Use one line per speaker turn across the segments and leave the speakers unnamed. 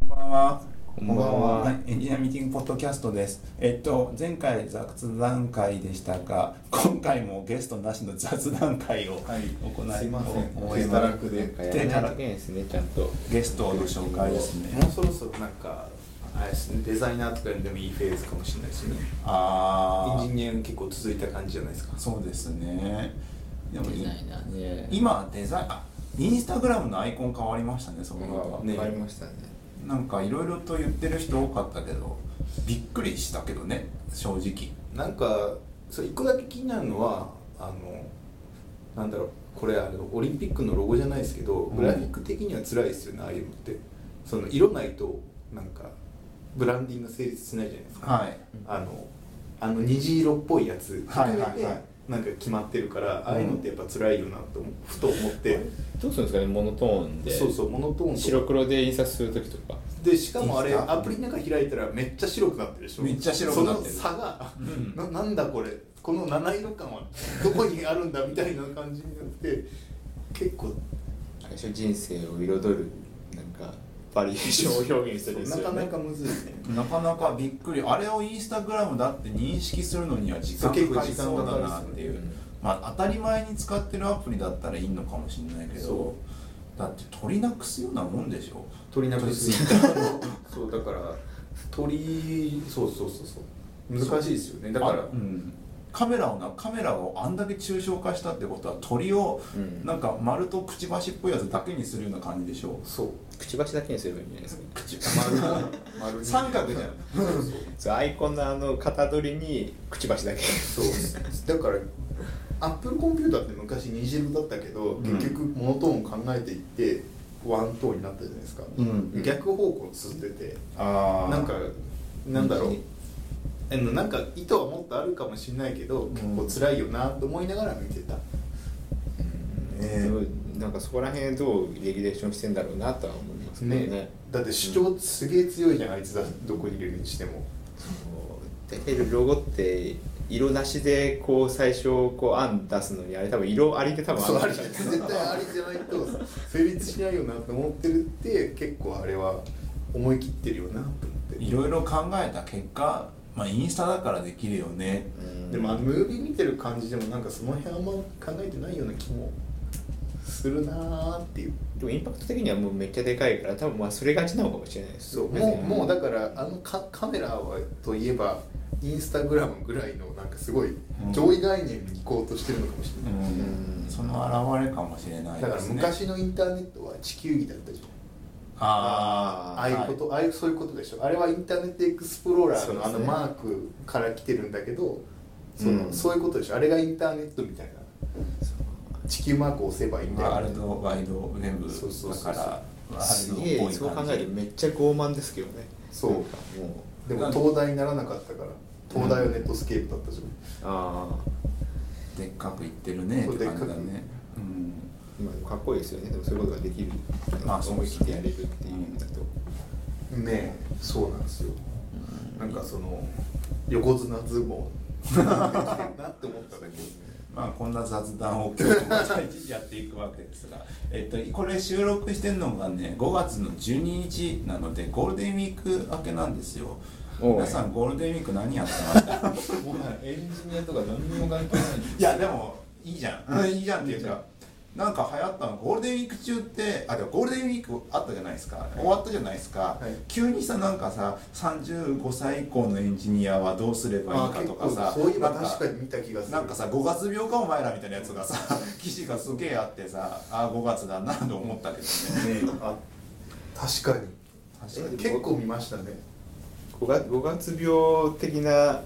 こんばんは。
こんばんは
はい、エンジニアミーティングポッドキャストです。えっと、前回雑談会でしたが、今回もゲストなしの雑談会を
はい
行い、
すいません
思い
手た
ま
ら
す。
くで
なんかやらないといけないですね、ちゃんと。
ゲストの紹介ですね。
もうそろそろなんかあれですねデザイナーとかにでもいいフェーズかもしれないですね
あ
エンジ
ー、
ニア結構続いた感じじゃないですか
そうですね。でも
デザイナーね。
今デザイン、あ、インスタグラムのアイコン変わりましたね、そこが。
ね
わかりましたね。
なんかいろいろと言ってる人多かったけど、びっくりしたけどね、正直。
なんかそう一個だけ気になるのはあのなんだろうこれあのオリンピックのロゴじゃないですけど
うん
グラフィック的には辛いですよね、ああいうのってその色ないとなんかブランディング成立しないじゃないですか、
はい。
あのあの虹色っぽいやつ
はいはい
含
はい
めてなんか決まってるから、ああいうのってやっぱ辛いよなと思うふと思って、
どうするんですかね、モノトーンで。
そうそうモノトーンとか
白黒で印刷するときとか。
でしかも
い
あれ
いっすか
アプリの中開いたらめっちゃ白くなってるでしょ
めっちゃ白くなってる
その差が、
うん
ななんだこれこの七色感はどこにあるんだみたいな感じになって結構
最初人生を彩る、なんか、バリエーションを表現したりす
な
る、ね。
かなかむずいね
なかなかびっくりあれをインスタグラムだって認識するのには時間
そう
かかり
結構
そ
時
う
間かか
だ
るっす
な
よね
っていう
うん
まあ当たり前に使ってるアプリだったらいいのかもしれないけ
そ
どだって取りなくすようなもんでしょ
鳥な
く
く
す
すそうだから鳥そうそうそうそう難しいですよね だから
あうんカメラをなカメラをあんだけ抽象化したってことは鳥を
うん
なんか丸とくちばしっぽいやつだけにするような感じでしょ
そう
くちばしだけにすればいいんじゃないですか。
口
丸丸に
三角じゃん
そうそう
そうアイコンのあの型取りにくちばしだけ
そうだからアップルコンピューターって昔虹色だったけど、
うん
結局モノトーンを考えていってワントーンになったじゃないですか、
うん
逆方向に進んでて
あー
なんかなんだろう
虹
あのなんか意図はもっとあるかもしれないけど、
ん
結構辛いよなと思いながら見てた
ね
うんなんかそこら辺どうレギュレーションしてんだろうなとは思いますけどね
ねだって主張すげえ強いじゃん、あいつだどこに入れるにしても
そう大体ロゴって色なしでこう最初こう案出すのにあれ多分色ありで多分
そうあ
案
り
出し
じ
たん
ゃ
ですよ
ない絶対ありじゃないと成立しないよなと思ってるって結構あれは思い切ってるよなと思って
いろいろ考えた結果まあインスタだからできるよね
うん
でもあのムービー見てる感じでもなんかその辺あんま考えてないような気もするなーっていう
でもインパクト的にはもうめっちゃでかいから多分まあそれがちなのかもしれないです
そうもうもうだからあのカカメラはといえばインスタグラムぐらいのなんかすごい
ん
上位概念に行こうとしてるのかもしれない、
うんその現れかもしれない
だから
ですね
昔のインターネットは地球儀だったじゃん
あ
ああいうこと、ああいうそういうことでしょあれはインターネットエクスプローラーのあ
そ
の
うですね
マークから来てるんだけどその、
うん
そういうことでしょあれがインターネットみたいな地球マークを押せばいいんだよ
ワールドワイドウェブ
そうそう
だ
そ
か
うそ
ら
う
ワー
す
ルドっ
げ
ぽ
え
い
そう考
感
えると
じ
めっちゃ傲慢ですけどね
そう
なんかもう
でも東大にならなかったから東大はネットスケープだったじゃ
ああ
でっかくいってるねって感じだ
でっか
ねうん
今でもかっこいいですよねでもそういうことができる
まあそう
思
で
い
す
切
ね
ってやれるっていうんだと、
ん、ねえそうなんですよなんかその横綱ズボン なって思っただけ
まあこんな雑談を今日もやっていくわけですが、 えっと、これ収録してるのがね5月の12日なのでゴールデンウィーク明けなんですよ
おい
皆さんゴールデンウィーク何やってました
もはやエンジニアとか何にも関係ない
いやでもいいじゃん、いいじゃんっていう
いいじゃ
かなんか流行ったのゴールデンウィーク中ってあでもゴールデンウィークあったじゃないですか、終わったじゃないですか、
はい
急にさなんかさ35歳以降のエンジニアはどうすればいいかとかさ
そういえば
なん
確かに見た気がする
なんかさ5月病かお前らみたいなやつがさ記事がすげえあってさあ5月だなと思ったけどね
ねあ確かに
確かに
結構見ましたね
五月五月病的な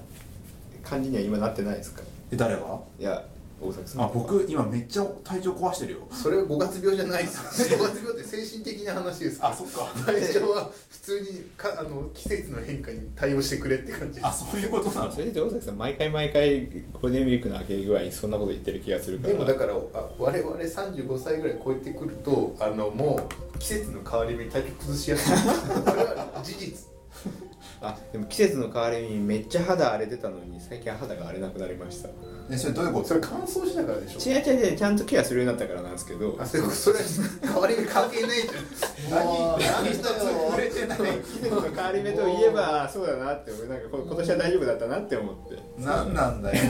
感じには今なってないですか
え誰が
いや大崎さん
あ僕今めっちゃ体調壊してるよ
それは5月病じゃないですよ5月病って精神的な話です
あそっか
最初は普通にかあの季節の変化に対応してくれって感じです
あそういうことなの
それで大崎さん毎回毎回ゴールデンウィークの明け具合にそんなこと言ってる気がするから
でもだからあ我々35歳ぐらい超えてくるとあのもう季節の変わり目に体調崩しやすいそれは事実
あでも季節の変わりにめっちゃ肌荒れてたのに最近肌が荒れなくなりました
えそれどういうこ
そ
と
れ乾燥しながらでしょ
違う違う違うちゃんとケアするようになったからなんですけど
あそれそれは変わり目関係ないじゃん何何一つ
触れてない
変わり目といえばそうだなって俺なんかこ今年は大丈夫だったなって思って
何なんだよ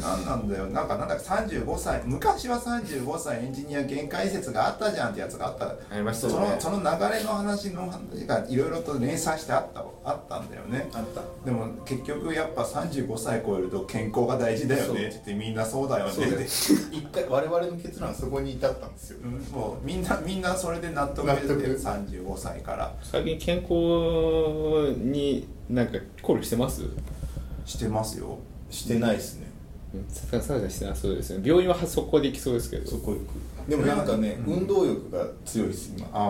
何なんだよなんかなんだか35歳昔は35歳エンジニア限界説があったじゃんってやつがあった
ありました
そ
ね
のその流れの話の話がいろいろと連鎖してあったあったんだよね
あった
でも結局やっぱ35歳超えると健康が大事だよねって言ってみんなそうだよね
そう
って
で一回我々の結論はそこに至ったんですよ
うんもうみんなみんなそれで納得
納
して
得
35歳から
最近健康になんか考慮してます
してますよ
してないですね
さささしてなそうですね病院はそこで行きそうですけど
そこ行くでもなんかね、
うん
運動欲が強いです今
あ
あ
あ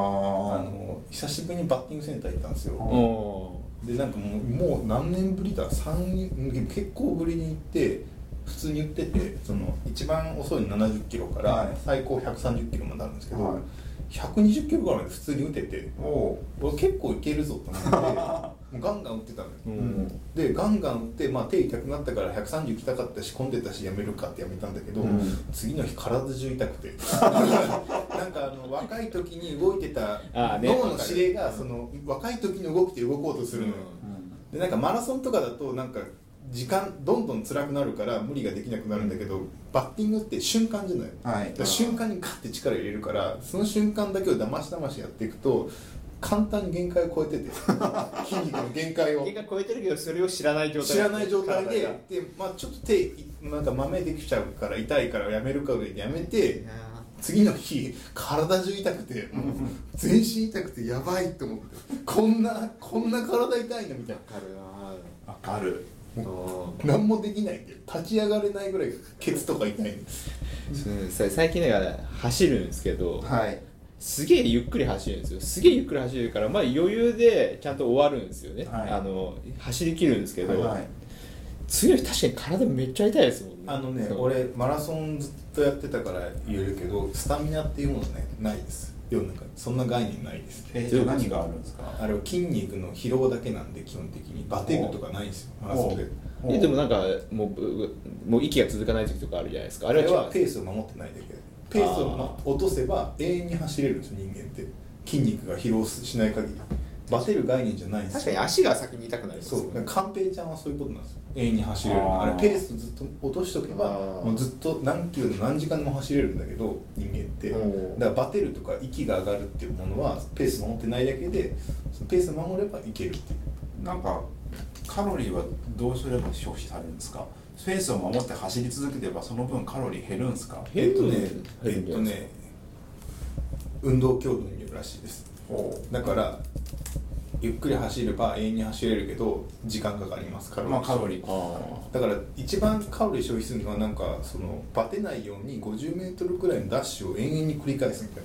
の久しぶりにバッティングセンター行ったんですよ、
お
でなんかもうもう何年ぶりだ3年結構ぶりに行って普通に売っててその一番遅い70キロか
は
ら
い
最高130キロまであるんですけど、
はい
120キロぐらいまで普通に打てて
おお
俺結構いけるぞと思って もうガンガン打ってたのよ、
ーうん
うん
でガンガン打って、まあ、手痛くなったから130来たかったし混んでたしやめるかってやめたんだけど、
うん
次の日体中痛 くてなんかあの若い時に動いてた
あーね
脳の指令
わ
が
かる
その若い時の動きで動こうとするのよ、でなんかマラソンとかだとなんか時間どんどん辛くなるから無理ができなくなるんだけど、バッティングって瞬間じゃない、
はい
だから瞬間にガッて力入れるからその瞬間だけをだましだましやっていくと簡単に限界を超えてて筋肉の限界を
結果超えてるけどそれを知らない状態
知らない状態で
体が
で、まあ、ちょっと手なんか豆できちゃうから痛いからやめるかでやめて次の日体中痛くてもう全身痛くてやばいと思ってこんなこんな体痛いのみたいな。
わ
わ
かるな
かる
うん
何もできないんだよ立ち上がれないぐらいケツとか痛いんです
そうさ最近だから走るんですけど、
はい
すげえゆっくり走るんですよすげえゆっくり走るからまあ余裕でちゃんと終わるんですよね、
はい
あの走り切るんですけど、
はい
次の日確かに体めっちゃ痛いですもんね
あのね
そう
俺マラソンずっとやってたから言えるけどスタミナっていうものねないです世の中にそんな概念ないです
えじゃあ何があるんですか
あれは筋肉の疲労だけなんで基本的にバテるとかないんですよマラソンで
おう
えでもなんかもうぶもう息が続かない時とかあるじゃないですかあ
あ
れ
れ
は違
は
う
ペースを守ってないだけでペースをま
あ
落とせば永遠に走れるんですよ人間って筋肉が疲労しない限りバテる概念じゃないんですよ
確かに足が先に痛くなります
そ
よ
う、寛平ちゃんはそういうことなんですよ。永遠に走れる。
あ
あ
ー
れペースずっと落としとけば、
あー
もうずっと何キロでも何時間でも走れるんだけど、人間って。
うん
だからバテるとか息が上がるっていうものは、ペース守ってないだけで、そのペース守ればいけるっていう。
なんかカロリーはどうすれば消費されるんですかペースを守って走り続ければその分カロリー減るんですか
減
えっとね
る、
えっとね、運動強度によるらしいです。
ほ
だから、ゆっくり走れば永遠に走れるけど、時間かかりますか
う
ら。
まあカロリー
あ
だから一番カロリー消費するのはなんかそのバテないように 50m くらいのダッシュを延々に繰り返すみたい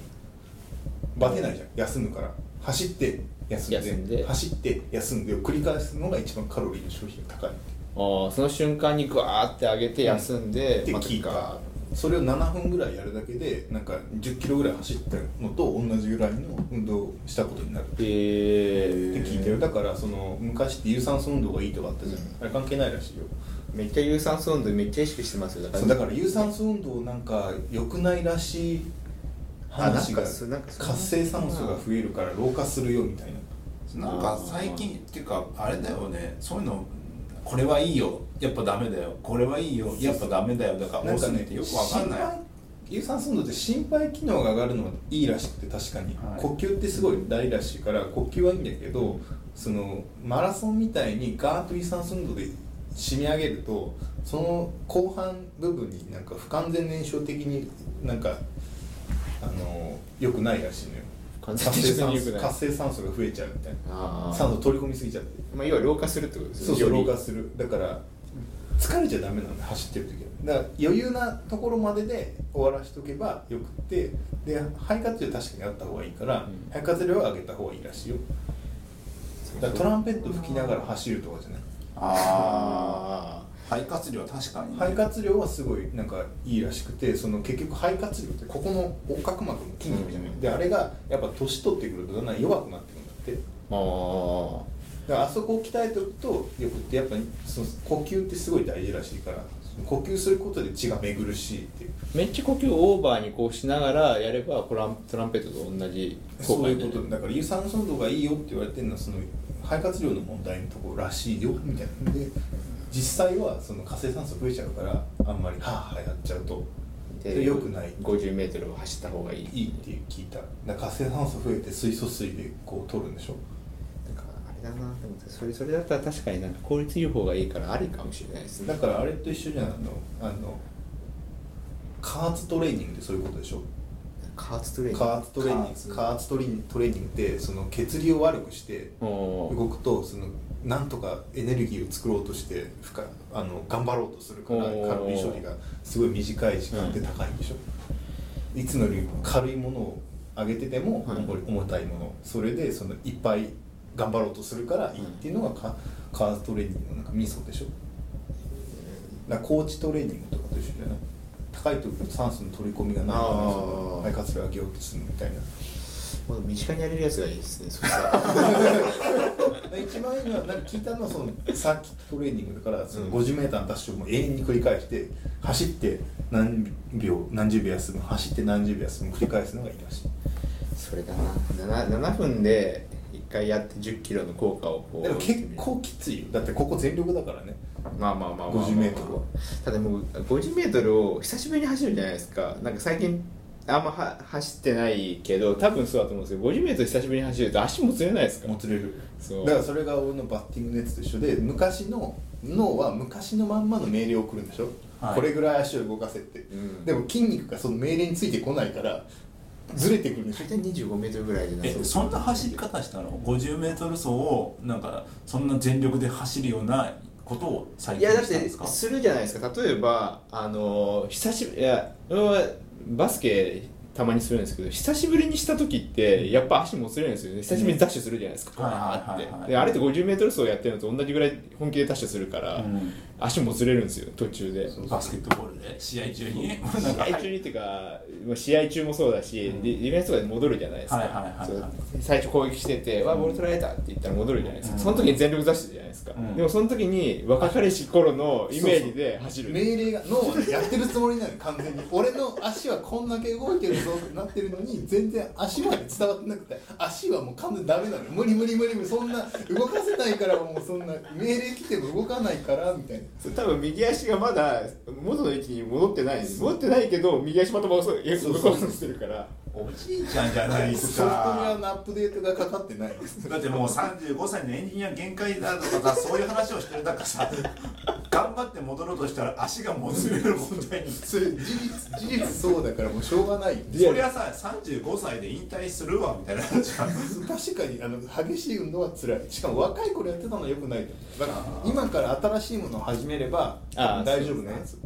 なバテないじゃん休むから走って休んで
休んで
走って休んでを繰り返すのが一番カロリーの消費が高いっ
あーその瞬間にグワーって上げて休んで、
て
ま
聞いたそれを7分ぐらいやるだけでなんか1 0キロぐらい走ったのと同じぐらいの運動をしたことになるって
えー、
聞いてるだからその昔って有酸素運動がいいとかあったじゃん
うん
あれ関係ないらしいよ
めっちゃ有酸素運動めっちゃ意識してますよだから
そうだから有酸素運動なんか良くないらしい話が
あなんかそうなんかそう
活性酸素が増えるから老化するよみたいな
なんか最近っていうかあれだよねそういうのこれはいいよやっぱダメだよこれはいいよやっぱダメだよだから
な
多
んか
すぎ
ね
てよくわかんない
心肺有酸素運動って心肺機能が上がるのはいいらしくて確かに、
はい
呼吸ってすごい大らしいから呼吸はいいんだけどそのマラソンみたいにガーッと有酸素運動で締め上げるとその後半部分になんか不完全燃焼的になんかあの良くないらしいのよ
不完全
活
燃
性
焼
酸
に良く
素
ない
活性酸素が増えちゃうみたい
あ
な
ー
酸素取り込みすぎちゃって
まあ、要は老化するってことです
そう
よ
そ
よ
う老
り
化するだから疲れちゃダメなんで走ってる時はだから余裕なところまでで終わらしとけばよくってで肺活量確かにあった方がいいから、
うん
肺活量は上げた方がいいらしいよだからトランペット吹きながら走るとかじゃない
あ
あ
あ肺活量確かに
肺活量はすごいなんかいいらしくてその結局肺活量ってここの横隔膜の筋肉じゃない、
うん
であれがやっぱ年取ってくるとだんだん弱くなってくるんだって
ああ
だからあそこを鍛えておくとよくってやっぱその呼吸ってすごい大事らしいから呼吸することで血が巡るしっていう
めっちゃ呼吸オーバーにこうしながらやればトラントランペットと同じ効
そ
果
うい
に
う
な
こと
る
だから有酸素運動がいいよって言われてるのはその肺活量の問題のところらしいよみたいなで実際はその活性酸素増えちゃうからあんまりはあはあやっちゃうとで良くない
5 0ルを走った方がいい
いいっていう聞いただから活性酸素増えて水素水でこう取るんでしょ
なんかあれだなでもそれそれだったら確かになんか効率いい方がいいからありかもしれないですね
だからあれと一緒じゃんあのあの加圧トレーニングってそういうことでしょ
加圧トレーニング
加圧トレーニング加圧トレーニングトレーニングってその血流を悪くして
おー
動くとそのなんとかエネルギーを作ろうとして負荷あの頑張ろうとするからカ
おー
ロリー処理がすごい短い時間で高いんでしょ、いつもより軽いものを上げてても
はい
重い重たいものそれでそのいっぱい頑張ろうとするからいいっていうのがか加圧トレーニングのなんかミソでしょだから高地トレーニングとかと一緒じゃない高いところに酸素の取り込みがないから
あー
その肺活量を上げようとするみたいな
もう身近にやれるやつがいいですねそしたら
一番いいのはなんか聞いたのはそのサーキットトレーニングだからその
うん
50m のダッシュをもう永遠に繰り返して走って何秒何十秒休む走って何十秒休む繰り返すのがいいらしい
それだな 7, 7分で1回やって1 0キロの効果をこう
でも結構きついよだってここ全力だからね
まあまあまあまあまあ
50m は
ただもう 50m を久しぶりに走るじゃないですかなんか最近あんまは走ってないけど多分そうだと思うんですけど 50m 久しぶりに走ると足もつれないですか
もつれる
そう
だからそれが俺のバッティングのやつと一緒で昔の脳は昔のまんまの命令を送るんでしょ、
はい
これぐらい足を動かせって、
うん
でも筋肉がその命令についてこないからずれてくるんでしょ
大体 25m ぐらいでな
えそんな走り方したの 50m 走をなんかそんな全力で走るようなことを最
い
近
やだっ
したん
て
ですか
するじゃないですか例えばあの久しぶりいや俺はバスケたまにするんですけど久しぶりにした時ってやっぱ足もつれるんですよね久しぶりにダッシュするじゃないですか
うん
バ
はい
ー
はいはい
っ
は
て
い
であれって 50m 走やってるのと同じぐらい本気でダッシュするから、
うん
足もつれるんですよ途中で
そう
バスケットボールで試合中になんか
試合中にっていうかまあ試合中もそうだし、
うん
ディフェンスとかで戻るじゃないですか、
はいはいはいはい
そう最初攻撃してて「わボール取られた」って言ったら戻るじゃないですか、
うん
その時に全力ダッシュじゃないですか、
うん
でもその時に若かりし頃のイメージで走る
命令が脳はねやってるつもりなの完全 に俺の足はこんだけ動いてるぞってなってるのに全然足まで伝わってなくて足はもう完全にダメなの無理無理無理無理そんな動かせないからもうそんな命令来ても動かないからみたいな
そう多分右足がまだ元の位置に戻ってないんです戻ってないけど右足また戻そういや動
そう
か
そう
そうとしてるから
おじいちゃんじゃないです
ソフトウェア
か
のアップデートがかかってない
だってもう35歳のエンジニア限界だとかさそういう話をしてる中さ頑張って戻ろうとしたら足がもつれる問題に
それ事実事実そうだからもうしょうがないよ
リア
そ
ル
りゃさ35歳で引退するわみたいな話が
確かにあの激しい運動は辛いしかも若い頃やってたのはよくないと思うだから今から新しいものを始めれば
あー
大丈夫なやつ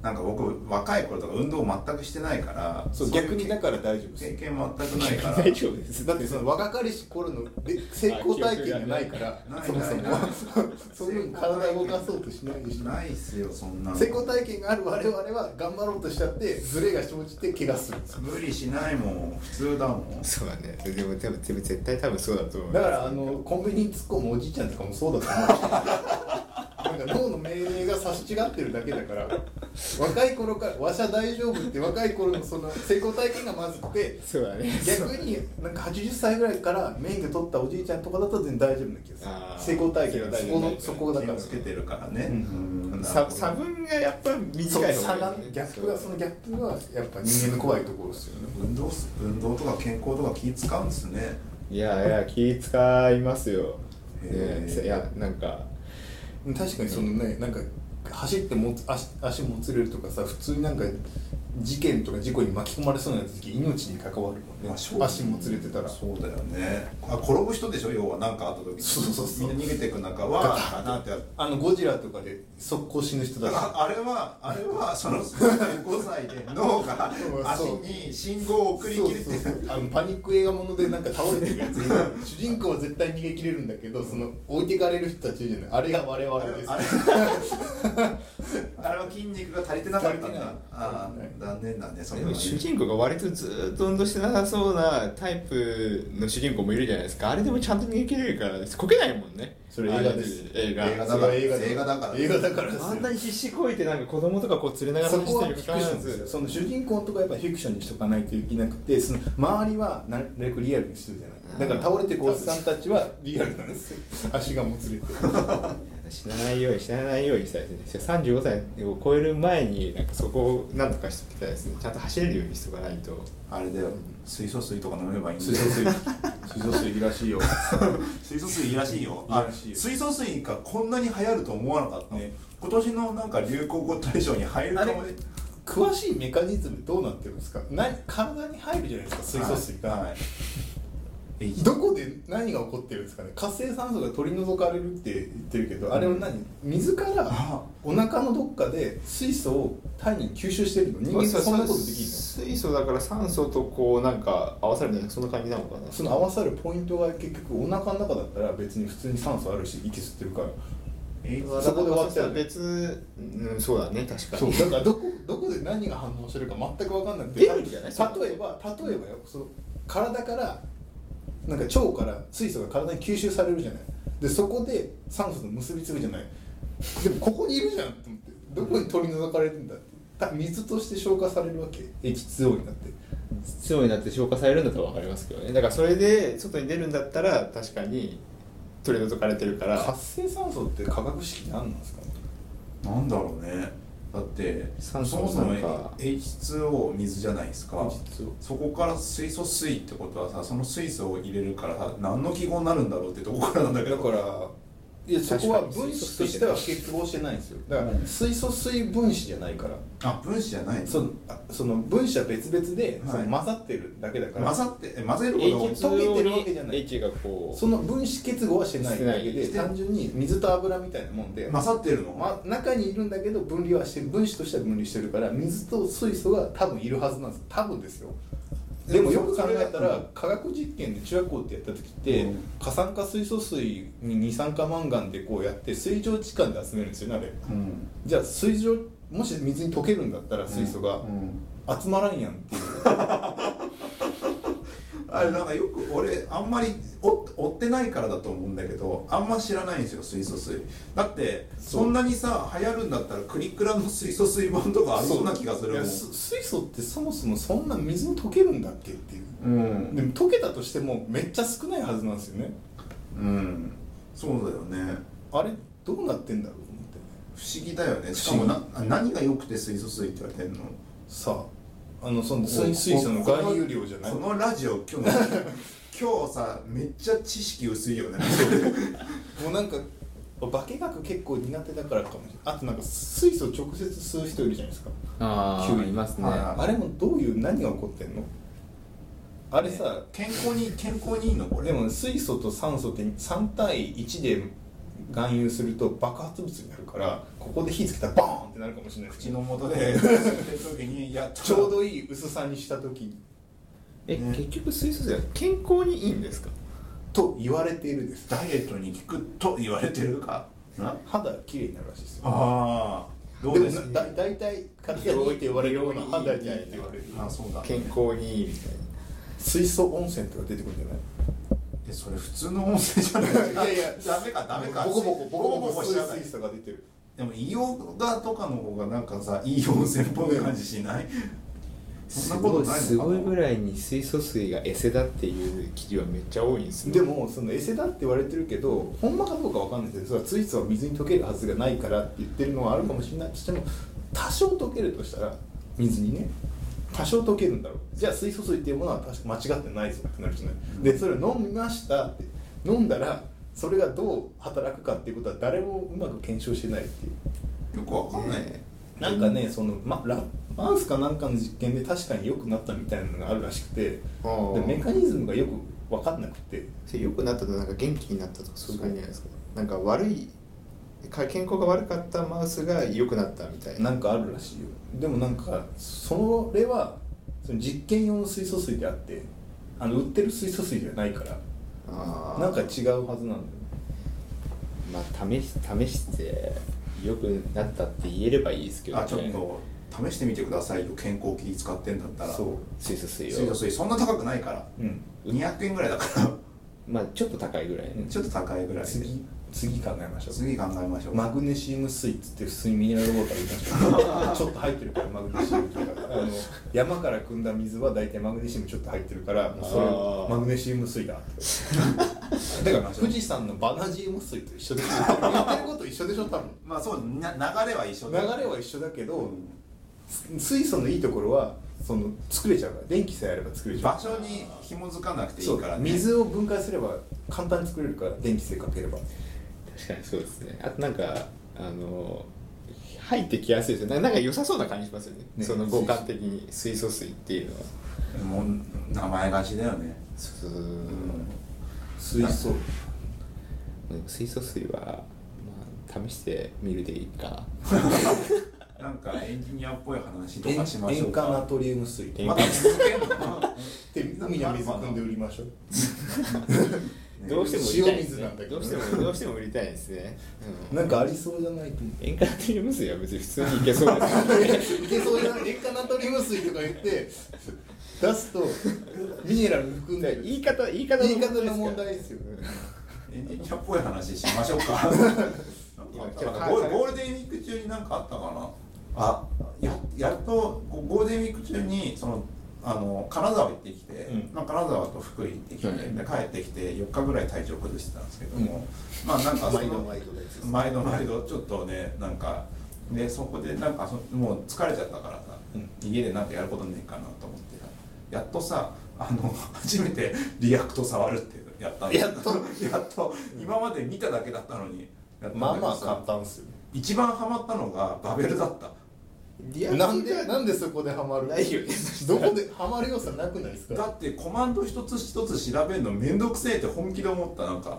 なんか僕若い頃とか運動全くしてないから
そう
そういう
逆にだから大丈夫です
経験全くない から
大丈夫です
だってその若かりし頃ので成功体験がないから
ない
そもそ
ないない
もそういうふうに体を動かそうとしないでしょ
ないっすよそんなの
成功体験がある我々は頑張ろうとしちゃってズレが生じて怪我するんですよ
無理しないもん普通だもん
そうだねでも多分でも絶対多分そうだと思う
だからあのコンビニに突っ込むおじいちゃんとかもそうだと思うなんか脳の命令が差し違ってるだけだから若い頃から「わしゃ大丈夫」って若い頃のその成功体験がまずくて
そうだね
逆になんか80歳ぐらいから免許取ったおじいちゃんとかだと全然大丈夫な気
あ
が
ー
する成功体験が大
そ
丈
こ
夫
の
そこだ
気
か
を
ら
つけてるからね、
うん
うん
差差分がやっぱ
そう
短い
差
方
が
がいいね
ギャップがそのギャップがやっぱ人間の怖いところですよね
運動す運動とか健康とか気使うんですね
いやいや気使いますよ、
へ
ね、
ー
いやなんか
確かにそのねなんか走ってもつ足足もつれるとかさ普通になんか事件とか事故に巻き込まれそうな時命に関わるもんね、
まあそう
足もつれてたら
そうだよねあ転ぶ人でしょ要は何かあった時に
そうそうそう
みんな逃げていく中はあなんてやっ
あのゴジラとかで速攻死ぬ人だ
だ
し
からあれはあれは その5歳で脳 が足に信号を送り切れて
そうそうそうあのパニック映画ものでなんか倒れてるやつ主人公は絶対逃げ切れるんだけどその置いてかれる人たちいるじゃないあれが我々です
あれあれは筋肉が足りてなかったん
足りてない
だああ残念だねそれ
で
は
も
ね
主人公が割とずーっと運動してなさそうなタイプの主人公もいるじゃないですかあれでもちゃんと逃げ切れるからこけないもんね
それ映画です
あれ映画
映画
それは映画
映画だから
映画だからですよ
あんなに必死こいてなんか子供とかこう連れなが
そ
ら
こ
走っ
は
て
フ
る
ィ
に
ク
も
シ
かかわら
ョンですよ
ず
その主人公のとかやっぱフィクションにしとかないといけなくてその周りはなるべくリアルにするじゃないだから倒れてるおっさんたちはリアルなんですよ足がもつれて
死なないように死なないようにしたいですね35歳を超える前になんかそこをなんとかしときたいですねちゃんと走れるようにしとかないと
あれだよ水素水とか飲めばいいんだよ
水素水水素水らしいよ
水素水いいらしいよ
いいらしいよ
あ水素水がこんなに流行ると思わなかった、
ね
今年のなんか流行語大賞に入るかも
あれ 詳しいメカニズムどうなってるんですか何体に入るじゃないですか水素水が、
はいはいえい
どこで何が起こってるんですかね活性酸素が取り除かれるって言ってるけどあれは何水から
あ
お腹のどっかで水素を体に吸収してるの人
まあ
間そんなことできるの
水素だから酸素とこうなんか合わさるみたいなそんな感じなのかな
その合わさるポイントが結局お腹の中だったら別に普通に酸素あるし息吸ってるから
えい
そこで終わっちゃう
別、うん、そうだね確か
そう
に
だからどこどこで何が反応してるか全く分かんなくて
出るんじゃない
例えば例えばよその体からなんか腸から水素が体に吸収されるじゃないでそこで酸素と結びつくじゃないでもここにいるじゃんって思ってどこに取り除かれるんだってた水として消化されるわけ液通になって
必要になって消化されるんだったら分かりますけどねだからそれで外に出るんだったら確かに取り除かれてるから
活性酸素って化学式何なんですかね
なんだろうねだってそ
酸
も
素
そも
なんか
H2O 水じゃないですか
実は
そこから水素水ってことはさその水素を入れるからさ何の記号になるんだろうってとこからなんだけ
だ
ど
からいやそこは
確かに
分子としては結合してないんですよだから水素水分子じゃないから
あ分子じゃないの
そのあその分子は別々で、
はい
その混ざってるだけだから
混ざってえ混ぜることが多い
H2O
溶けてるわけじゃな
に
い
H がこ
その分子結合はしてないだけで
してない
単純に水と油みたいなもんで、
混ざってるの、
ま中にいるんだけど分離はしてる分子としては分離してるから水と水素が多分いるはずなんです多分ですよでもよく考えた
うん
ら科学実験で中学校ってやった時って、
うん
過酸化水素水に二酸化マンガンでこうやって水蒸気管で集めるんですよねあれ
うん
じゃあ水蒸もし水に溶けるんだったら水素が、
うん
集まらんやんっていう
あれなんかよく俺あんまり追っ追ってないからだと思うんだけどあんま知らないんですよ水素水だって
そう
そんなにさ流行るんだったらクリクラの水素水版とかありそうな気がする
い
も
や
ん
す水素ってそもそもそんな水も溶けるんだっけっていう
うん
でも溶けたとしてもめっちゃ少ないはずなんですよね
うんそうだよね
あれどうなってんだろうと思って
不思議だよねしかもな何が良くて水素水って言われてんの
さああのその
お
水水素の
ここ
含有量じゃない
このラジオ今日 今日さめっちゃ知識薄いよね
もうなんか化学結構苦手だからかもしれないあとなんか水素直接吸う人いるじゃないですか
うあ
ー
います
ね
あれもどういう何が起こってんのあれさ、
健康に健康にいいのこれ
でも水素と酸素って3対1で含有すると爆発物になるからここで火つけたらバーンってなるかもしれないです
口
ね
の元 で吸ってる時にやっと
ちょうどいい薄さにした時
え、
ね
結局水素水は健康にいいんですか
と言われているんです
ダイエットに効くと言われてるかな
肌綺麗になるらしいですよ
ああどうです
もなだ大体体がいいって言われるような肌にいいって言われる
あそうだ
健康にいいみたいな
水素温泉とか出てくるんじゃない
えそれ普通の温泉じゃない
いやいや
ダメかダメか
ボコボコボコボコボコ
しちゃう
水素が出てる
でも硫黄がとかの方がなんかさいい温泉っぽい感じしないそんなことないのかな
すごいすごいぐらいに水素水がエセだっていう記事はめっちゃ多いんですよ
でもそのエセだって言われてるけどほんまかどうかわかんないですけどそれは水素は水に溶けるはずがないからって言ってるのはあるかもしれないとしても多少溶けるとしたら水にね多少溶けるんだろうじゃあ水素水っていうものは確か間違ってないぞってなるじゃないでそれを飲みましたって飲んだらそれがどう働くかっていうことは誰もうまく検証してないっていう
よくわかんない、
ね
なんかねそのまラマウスかなんかの実験で確かに良くなったみたいなのがあるらしくてで
あー
メカニズムがよく分かんなくて
それ良くなったとなんか元気になったとかそういう感じじゃないですかなんか悪いか健康が悪かったマウスが良くなったみたいな
なんかあるらしいよでもなんかそれはその実験用の水素水であってあの売ってる水素水じゃないから
あー
なんか違うはずなんだよね
まあ試し試して良くなったって言えればいいですけど、ね、
あちょっと試してみてくださいよ健康器使ってんだったら
そう
水素水
水
を
道水そんな高くないから
うん
200円ぐらいだか
まあちょっと高いぐらいね
らちょっと高いぐらいで
次次考えましょう
次考えましょう
マグネシウム水っつって普通にミネラルウォーター入れましたちょっと入ってるからマグネシウムとかあの山から汲んだ水は大体マグネシウムちょっと入ってるからもうそ
あー
れマグネシウム水だってだから富士山のバナジウム水と一緒でしょ言ってること一緒でしょ多分
まあそうな流れは一緒
流
だ
れは一緒だけど、水素のいいところはその作れちゃうから電気さえあれば作れちゃう
場所に紐づかなくていいから、
そう
ね、
水を分解すれば簡単に作れるから電気性かければ
確かにそうですねあとなんかあの入ってきやすいですよねなんか良さそうな感じしますよね
ね
その五感的に水素水っていうのは
もう名前がちだよね、
そうそう
水素
そう水素水は、まあ、試してみるでいいか
な
な
んかエンジニアっぽい話と
塩
かしましょ
塩
う
化ナ
か
トリウム水って
まだ続けんのか
海の水汲んで売りましょう
な
どうしても売りたいで
塩
す
水
ね
なんだけ
ど
ど
うしてもどうしても売りたいですね、うん、
なんかありそうじゃ ないと思
塩化ナトリウム水は別に普通にいけそうですけどね
ういけそうじゃない塩化ナトリウム水とか言って出すとミネラル含んでる
言い方言い方
言い
です
方
から
の問題ですよね
エンジニアっぽい話しましょうかなんかなんかゴールゴールデンウィーク中になんかあったかなあややっとこうゴールデンウィーク中にそのあの金沢行ってきて、
うん
まあ、金沢と福井行ってきて、
はい
で帰ってきて4日ぐらい体調崩してたんですけども、まあなんかその
毎度毎度です
毎度毎度ちょっとねなんかでそこでなんかそもう疲れちゃったからさ、
うん
家でなんかやることねえかなと思ってさやっとさあの初めてリアクト触るっていうのやったんだ
やっと
やっと今まで見ただけだったのにやったんだけど
まあ
さ
まあ簡単ですよね
一番ハマったのがバベルだった
リアル
なんでなんでそこでハマる
ないよね
どこでハマる要素なくないです
だ
か
ってコマンド一つ一つ調べるのめんどくせえって本気で思ったなんか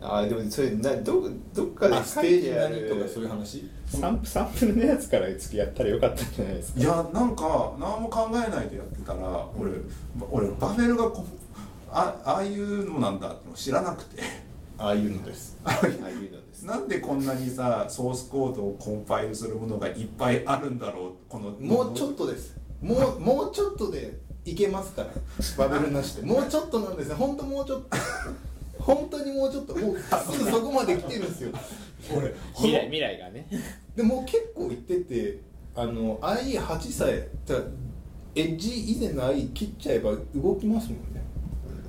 あーでもそれなどどっかで
あステージ何とかそういう話
サンプサンプルのやつから次やったらよかったんじゃないですか
いやなんか何も考えないでやってたら俺ば俺バフェルがこあああいうのなんだっての知らなくて
ああいうのです
ああいうのです
なんでこんなにさソースコードをコンパイルするものがいっぱいあるんだろうこの
もうちょっとですもうもうちょっとでいけますからバベルなしでもうちょっとなんですね本当もうちょっと本当にもうちょっともうすぐそこまで来てるんですよ
俺
未来未来がね
でもう結構行っててあの IE8 さえだからエッジ以前の IE 切っちゃえば動きますもんね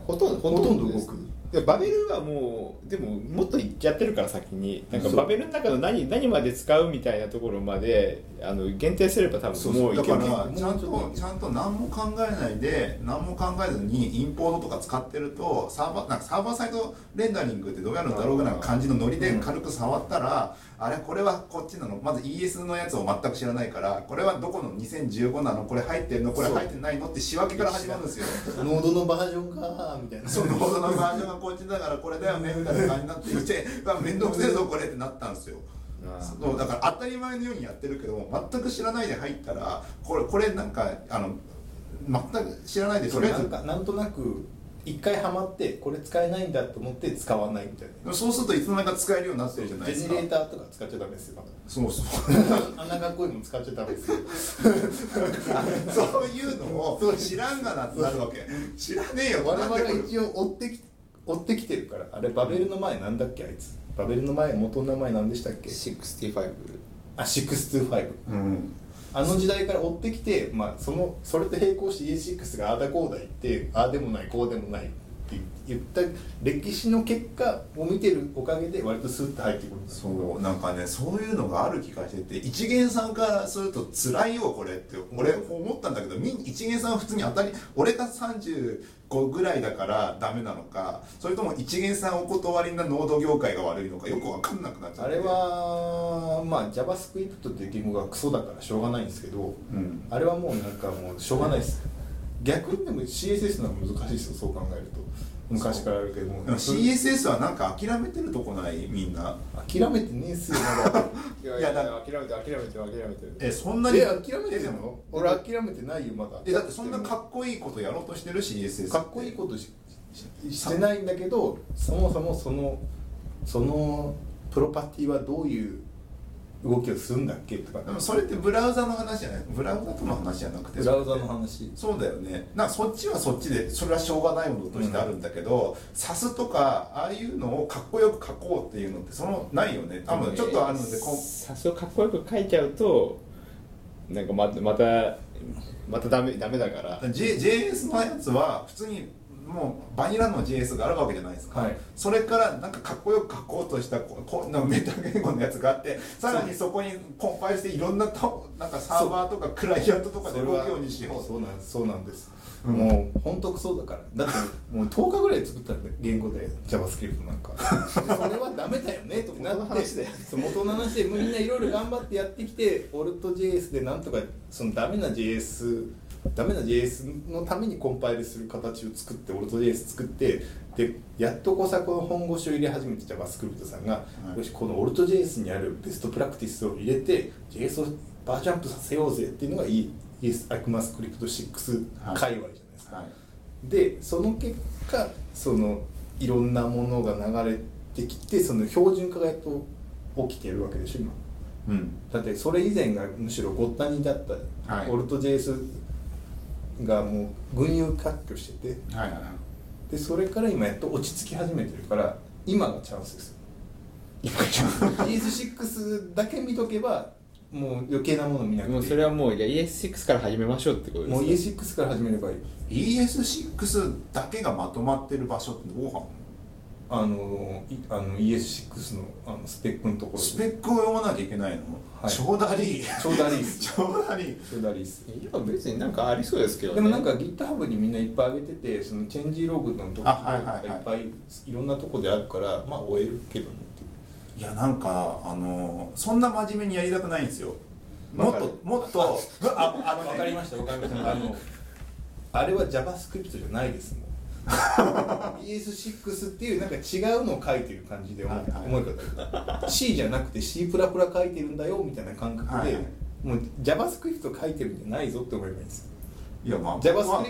ほとんど
ほとんど動く
でバベルはもうでももっとやってるから先になんか
そう
バベルの中の何何まで使うみたいなところまであの限定すれば多
そ
分もう
うそう
い
だ
け
から
る
ちゃん
もうちょ
と
っと
ちゃんと何も考えないで何も考えずにインポートとか使ってるとサーバーなんかサーバーサイドレンダリングってどうやるんだろうぐらいの感じのノリで
うん
軽く触ったら、あれこれはこっちなのまず ES のやつを全く知らないからこれはどこの2015なのこれ入ってるのこれ
そう
入ってないのって仕分けから始まるんです よ。
ノードのバージョンかみたいな
そのほどのバージョンがこっちだからこれだよねみたいな感じになっていてうわ面倒くせえぞこれってなったんですよ。
あー
そうだから当たり前のようにやってるけども全く知らないで入ったらこれこれなんかあの全く知らないでと
そ
り
れ
あえ
な
ず
んかなんとなく一回ハマってこれ使えないんだと思って使わないみたいな
そうするといつの間にか使えるようになってるじゃない
デ
です
ジ
か
レーターとか使っちゃダメです よ
そうそう
穴がこいの使っちゃダメですよ
そういうのを知らんがなってなるわけ知らねえよ
我々
な
は
んでこれ
一応追ってき追ってきてるからあれバベルの前なんだっけあいつバベルの前元の名前なんでしたっけ
65
あ625
うん
あの時代から追ってきて、まあ、そのそれと並行して E6 がああだこうだ言ってああでもないこうでもないって言った歴史の結果を見てるおかげで割とスッと入ってくるんですよ
そうなんかねそういうのがある気がしてて一元さんからすると辛いよこれって俺思ったんだけどみん一元さんは普通に当たり俺が35ぐらいだからダメなのかそれとも一元さんお断りな濃度業界が悪いのかよく分かんなくなっちゃっ
あ
て
れは、まあ、JavaScript っていう言語がクソだからしょうがないんですけど
うん
あれはもうなんかもうしょうがないです逆にでも CSS の方が難しいですよそう考えると昔からあるけども
でも CSS はなんか諦めてるとこないみんな
諦めてねえっすよまだ
い
やいやだ
諦めて諦めて諦め
えそんなに
え諦めてるの俺
え
諦めてないよまだ
えだってそんなかっこいいことやろうとしてる CSS て
かっこいいことしししてないんだけどそもそもそのそのプロパティはどういう動きをするんだっけとか
でもそれってブラウザの話じゃないブラウザとの話じゃなくて
ブラウザの話
そうだよねなんかそっちはそっちでそれはしょうがないものとしてあるんだけど、サスとかああいうのをかっこよく書こうっていうのってそのないよね多分ちょっとあるので、こん
さすがかっこよく書いちゃうとなんかままたまたダメダメだから、
J、JS のやつは普通にもうバニラの JS があるわけじゃないですか、
はい
それからなんかかっこよく書こうとしたここなんかメタ言語のやつがあってさらにそこにコンパイルしていろんなとなんかサーバーとかクライアントとかで動くようにしよう
そうなんそうなんで
う
す、
ん
もう本当クソだからだってもう10日ぐらい作った言語で JavaScript なんかそれはダメだよねとなっ
元
て
の話だよ
そう元の話でみんないろいろ頑張ってやってきて AltJS でなんとかそのダメな JS ダメな JS のためにコンパイルする形を作って AltJS 作ってでやっとこさこの本腰を入れ始めて JavaScript さんが、
い
よしこの AltJS にあるベストプラクティスを入れて JS をバージョンアップさせようぜっていうのがいい ESACMAScript6 界隈じゃないですか。
はい
でその結果そのいろんなものが流れてきてその標準化がやっと起きてるわけでしょ今
うん
だってそれ以前がむしろごったにだった、
はい
オルト JS がもう群雄割拠してて
はいはいはい
でそれから今やっと落ち着き始めてるから今がチャンスですよ ES6 だけ見とけばもう余計なもの見なくていい
もうそれはもういや ES6 から始めましょうってことです
もう
ね
ES6 から始めればいい
ES6 だけがまとまってる場所ってどうか
あのいあの ES6 のあのスペックのところ
スペックを読まなきゃいけないの、
はい
ちょうだり
ちょうどありっす
ちょうだり
ちょうどありっす
いや別になんかありそうですけど、ね、
でもなんか GitHub にみんないっぱい上げててそのチェンジログのところ
あはいはい
が
はい
いっぱいいろんなとこであるからまあ終えるけどねっていう
いやなんかあのそんな真面目にやりたくないんですよも
わ
っ
かる
ともっ とああの
わかりましたわかりましたあのあれは JavaScript じゃないですもん ES6 っていうなんか違うのを書いてる感じで思,、
はいはい
思い方 C じゃなくて C プラプラ書いてるんだよみたいな感覚で、
はいはい
もう JavaScript 書いてるんじゃないぞって思えばいいんですよ
いやまあ
JavaScript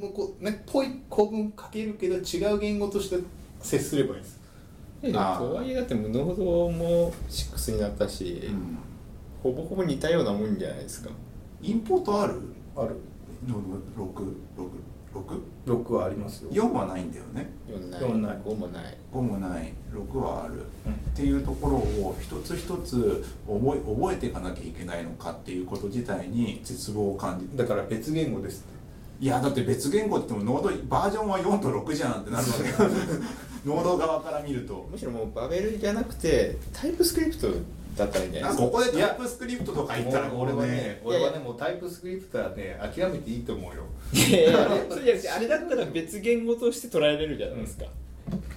のこう、ね、っぽい構文書けるけど違う言語として接すればいいです
えと
あー
はいえだってもうノードも6になったし、
うん
ほぼほぼ似たようなもんじゃないですか
インポートある
ある
664
6はありますよ
はないんだよね
4ない
四ない
5もない
5もない6はある、
うん
っていうところを一つ一つ覚え覚えていかなきゃいけないのかっていうこと自体に絶望を感じる
だから別言語ですって
いやだって別言語って言ってもノードバージョンは4と6じゃんって なるわけノード側から見ると
むしろもうバベルじゃなくてタイプスクリプトだったらいいんじゃない
な
で
んかこ
すか
こでタイプスクリプトとか言ったら
もう俺はね俺
いやい
はね
や
もうタイプスクリプトはね諦めていいと思うよ
いやいやあれそうじゃなくてあれだったら別言語として捉えられるじゃないですか、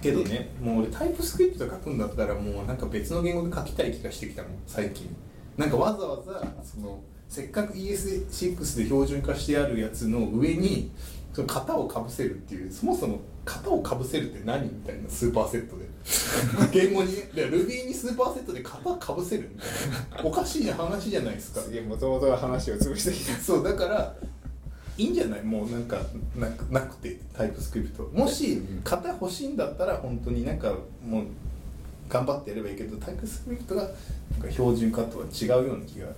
けどねもう俺タイプスクリプト書くんだったらもうなんか別の言語で書きたい気がしてきたもん最近なんかわざわざそのせっかく ES6 で標準化してあるやつの上にその型をかぶせるっていうそもそも型をかぶせるって何みたいなスーパーセッ トで言語にで Ruby にスーパーセットで型かぶせるみたいなおかしい話じゃないですか
すげえもともとの話を潰してきた
そうだからいいんじゃないもうなんかなくなくてタイプスクリプトもし型欲しいんだったら本当になんかもう頑張ってやればいいけどタイプスクリプトがなんか標準化とは違うような気が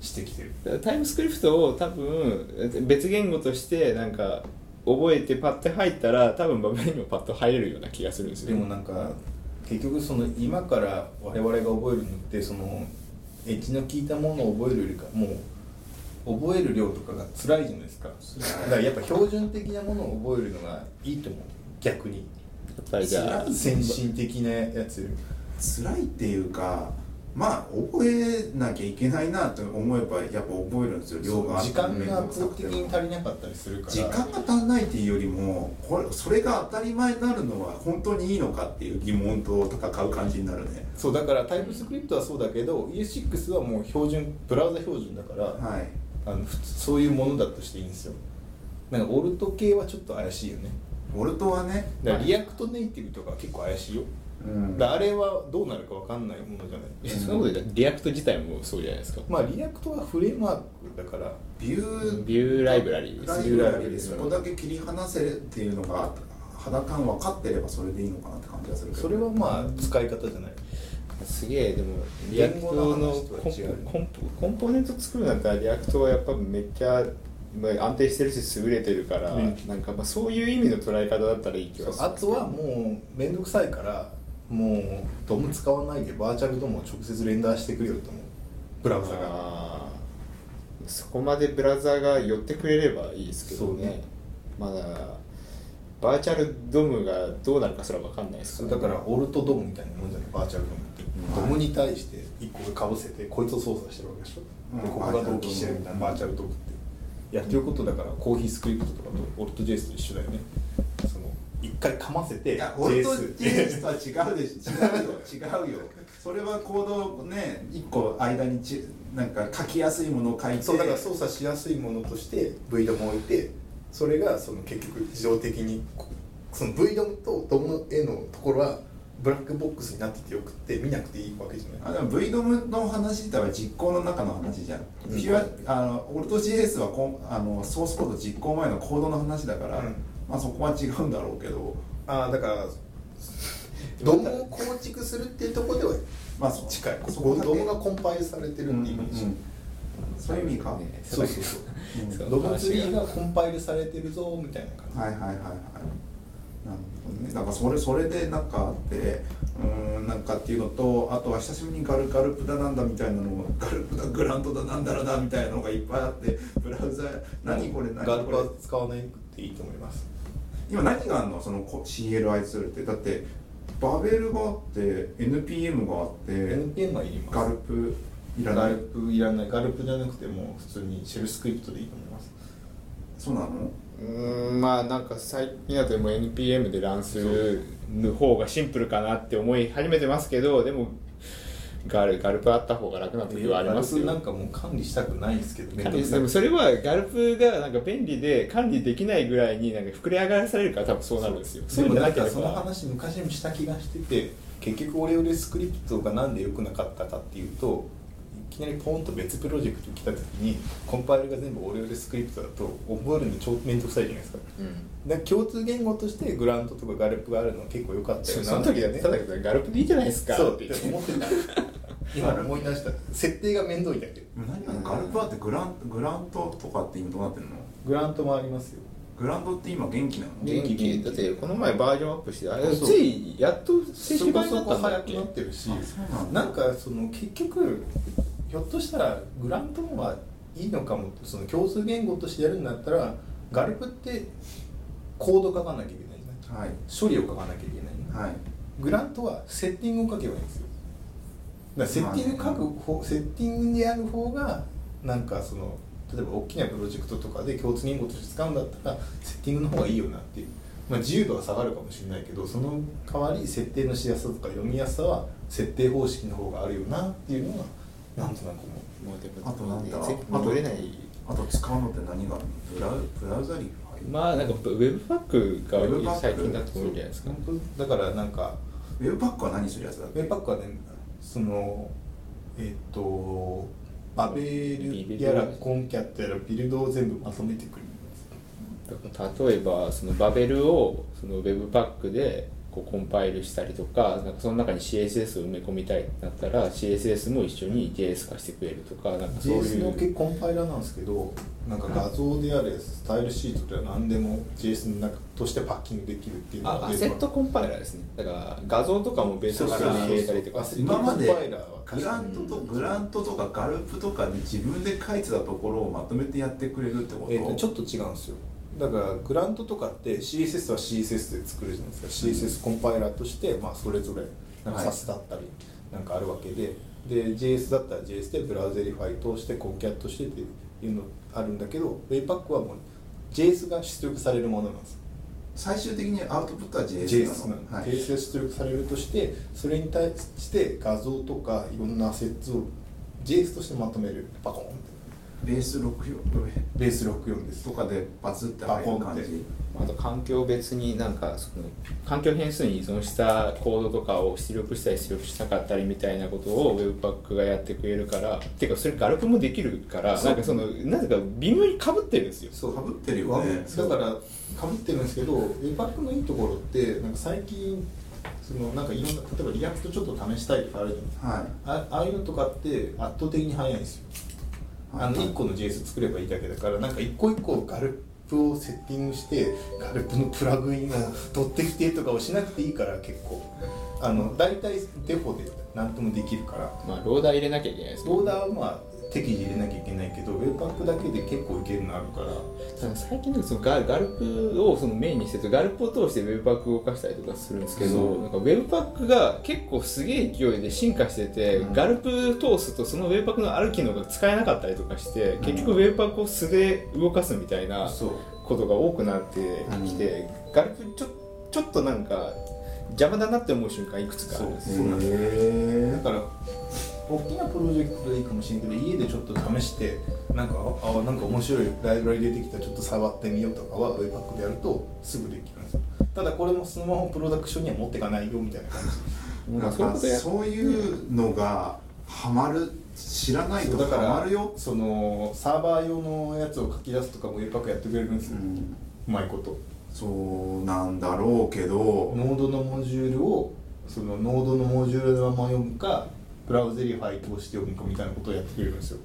してきてる
タイムスクリプトを多分別言語としてなんか覚えてパッて入ったら多分バベルにもパッと入れるような気がするんですよ
でもなんか結局その今から我々が覚えるのってそのエッジの効いたものを覚えるよりかもう覚える量とかが辛いじゃないですかだからやっぱ標準的なものを覚えるのがいいと思う逆に。
やっぱりじゃあ
先進的なやつより
辛いっていうかまあ覚えなきゃいけないなと思えばやっぱ覚えるんですよ量が
時間が圧
圧倒
倒的に足りなかったりするから
時間が足んないっていうよりもこれそれが当たり前になるのは本当にいいのかっていう疑問と戦う感じになるね
そうだからタイプスクリプトはそうだけど ES6 はもう標準ブラウザ標準だから、
はい
あの普通そういうものだとしていいんですよなんかオルト系はちょっと怪しいよね
ボルトはね、
だからリアクトネイティブとかは結構怪しいよ
うん
だからあれはどうなるかわかんないものじゃない
いやそんなこと言ったらリアクト自体もそうじゃないですか
まあリアクトはフレームワークだから
ビュー
ビューライブラリーです
ライ
ビ
ブ
ュー
ラリーでそこだけ切り離せるっていうのが肌感分かってればそれでいいのかなって感じがするけど
それはまあ使い方じゃない
すげえでもリアク
言
トの
語の
コン
話と
ポ
は違う
コンポコンポーネント作るんだったらリアクトはやっぱめっちゃまあ安定してるし優れてるから、
うん
なんかまあそういう意味の捉え方だったらいい気がする
あとはもう面倒くさいからもうドム使わないでバーチャルドムを直接レンダーしてくれよと思うブラウザが
あーそこまでブラウザーが寄ってくれればいいですけどね
そうね
まだバーチャルドムがどうなるかすら分かんないです
そ
か
う
ら、
だからオルトドムみたいなもんじゃないバーチャルドムって、
うん
ドムに対して1個がかぶせてこいつを操作してるわけでしょ、
うん
でここが同期してるみたいなバーチャルドムっていやっていうことだからコーヒースクリプトとかとオルト JS と一緒だよねその1回かませて
いや俺と
JS
ジェイスとは違うでしょ違うよ違うよそれは行動をね一個間にちなんか書きやすいものを書いて
そうだから操作しやすいものとして V ドムを置いてそれがその結局自動的にこその V ドムとドムへのところはブラックボックスになっててよくって見なくていいわけじゃ
あ
ない
でも V ドムの話っては実行の中の話じゃん、
うん
ピュアあのオルト JS はこんあのソースコード実行前のコードの話だから、
うん
まあそこは違うんだろうけど
ああだからドムを構築するっていうところでは
まあそ
近い
そこだけ
ドムがコンパイルされてる
うん
っ
う
てイメージ、
んそういう意味か、
ね
そうそうそう
うん
そう
ドムツリーがコンパイルされてるぞみたいな感じ、
はいはいはいはいなるほどねなんかそれそれでなんかあってうーんなんかっていうのとあとは久しぶりにガルガルプダなんだみたいなのも ガルプダグランドだなんだらだみたいなのがいっぱいあってブラウザ何これ何
ガル
こ
パ
れ
は使わないっていいと思います
今何があるのそのこ CLI ツールってだってバベルがあって NPM があって
NPM はいります
ガルプいら
ガ
な
ル
い
プいらないガルプじゃなくても普通にシェルスクリプトでいいと思います
そうなの
うーんまあなんか最近だともう NPM で乱する方がシンプルかなって思い始めてますけどでもガルガルプあった方が楽な時はありますよ
ガルプなんかもう管理したくないんですけど
管理でもそれはガルプがなんか便利で管理できないぐらいになんか膨れ上がらされるから多分そうなるんですよ
で
う
も
じゃ
なん
ければ
かその話昔もした気がしてて結局オレオレスクリプトがなんで良くなかったかっていうといきなりポンと別プロジェクト来た時にコンパイルが全部オレオレスクリプトだと覚えるの超面倒くさいじゃないですか
うん
だから共通言語としてグラントとかガルプがあるの結構良かったよな
その時だねただガルプでいいじゃないですか
そうっ
って
て
言って
思ってた今思い出した設定が面倒いだけ
何があるのガルプだってグラングラントとかって今どうなってるの
グラントもありますよ
グランドって今元気なの
元気元気
だってこの前バージョンアップしてあれ
そう
ついやっと正
そ
式
こ
版にな
そ
っ
こ
たんだ
早
っ
く
け
なってるし
あそうなんだ
なんかその結局ひょっとしたらグラントンはいいのかもってその共通言語としてやるんだったらガルプってコード書かなきゃいけないじゃない
はい
処理を書かなきゃいけない、
はい
グラントはセッティングを書けばいいんですよだからセッティング書く方、セッティングにやる方がなんかその例えば大きなプロジェクトとかで共通言語として使うんだったらセッティングの方がいいよなっていう、まあ、自由度は下がるかもしれないけどその代わり設定のしやすさとか読みやすさは設定方式の方があるよなっていうのはなんとなく思う
もうでも
あとなんだ
全部戻れない
あと使うのって何があるのブラウブラウザリーファイル
まあなんかウェブファックが最近だと思うんじゃないですか
本当だからなんか
ウェブパックは何するやつだっ
ウェ
け
ブパックはねそのえっ、とバベルやらコンキャットやらビルドを全部まとめてくる
例えばそのバベルをそのウェブパックでこうコンパイルしたりとかなんかその中に CSS を埋め込みたいってなったら CSS も一緒に JS 化してくれるとかなんかそうい
JS の
う
コンパイラーなんですけどなんか画像であれスタイルシートでは何でも JS の中としてパッキングできるっていうの
あ
が
アセットコンパイラーですねだから画像とかもベースとして入れたりとか
そうそうそう
今まで
コンパイラーは
グラントとグラントとかガルプとかで自分で書いてたところをまとめてやってくれるってこと、
えーとちょっと違うんですよだからグラントとかって CSS は CSS で作るじゃないですか CSS コンパイラーとして、まあ、それぞれなんか
はい
サスだったりなんかあるわけで,、で JS だったら JS でブラウゼリファイ通してコンキャットしてっていうのあるんだけど Waypack はもう JS が出力されるものなんです
最終的にアウトプットは JS
JS
な
な
の
の、
はい
JS が出力されるとしてそれに対して画像とかいろんなアセッツを JS としてまとめるパコーンって
ベース64
ベース64です
とかでバツって入る感じ
あと環境別になんかその環境変数に依存したコードとかを出力したり出力しなかったりみたいなことを Webpack がやってくれるからていうかそれガルプもできるから
そう
なんかそのなぜか微妙にかぶってるんですよ
そうかぶってるよね
だからかぶってるんですけど Webpack のいいところってなんか最近そのなんかいろんな例えばリアクトちょっと試したいとかあるじゃないですか
はい
あああいうのとかって圧倒的に速いんですよあの1個の JS 作ればいいだけだからなんか一個一個ガルプをセッティングしてガルプのプラグインを 取ってきてとかをしなくていいから結構あの大体デフォで何ともできるから
まあローダー入れなきゃいけないですけど
ローダーはまあ適時入れなきゃいけないけどウェブパックだけで結構いけるのあるから
ただ最近なんかそのガガルプをそのメインにしてるとガルプを通してウェブパック動かしたりとかするんですけ
そ
ど
う
なんかウェブパックが結構すげえ勢いで進化してて、
うん
ガルプ通すとそのウェブパックのある機能が使えなかったりとかして、
ん
結局ウェブパックを素で動かすみたいな
そう
ことが多くなってきて、ガルプちょちょっとなんか邪魔だなって思う瞬間いくつかあるんです
そうなんでだ
へ
から大きなプロジェクトでいいかもしれんけど家でちょっと試してなんかああなんか面白いライブラリ出てきたちょっと触ってみようとかは Webpack でやるとすぐできるんですよただこれもそのままプロダクションには持っていかないよみたいな感じ
え
な
なんん
か
か
そういうことや
そういうのがハマる知らない
そう
と
だか
ハマ
ら
るよ
そのサーバー用のやつを書き出すとかも Webpack やってくれるんです
う
よ、うんまいこと
そうなんだろうけど
ノードのモジュールをそのノードのモジュールのまま読むかブラウゼリファイ通して読むかみたいなことをやってくれるんですよ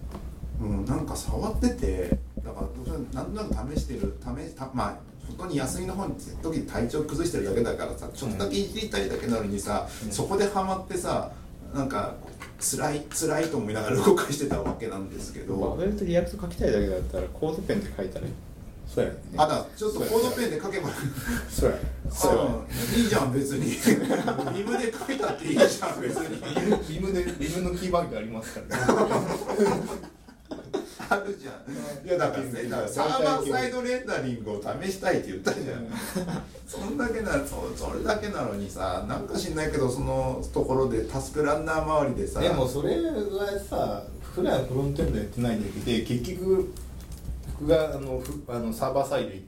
うん、なんか触っててだから僕はなんとなく試してる試したまあ本当に休みの方に時に体調崩してるだけだからさちょっとだけいじりたいだけなのにさ、
うん
そこでハマってさなんか辛い辛いと思いながら動かしてたわけなんですけ
バ
ど
ベルとリアクト書きたいだけだったらコードペンで書いたらいい
そうやね
あだからちょっとコードペンで書けば
そうやねそうやね
うんいいじゃん別にビムで書いたっていいじゃん別に
リムでリムのキーバンクありますからね。
あるじゃんいやだからねだからサーバーサイドレンダリングを試したいって言ったじゃんそんだけならそそれだけなのにさなんか知んないけどそのところでタスクランナー周りでさ
でもそれはさ、普段フロントエンドやってないんだけど、結局僕があのふあのサーバーサイドい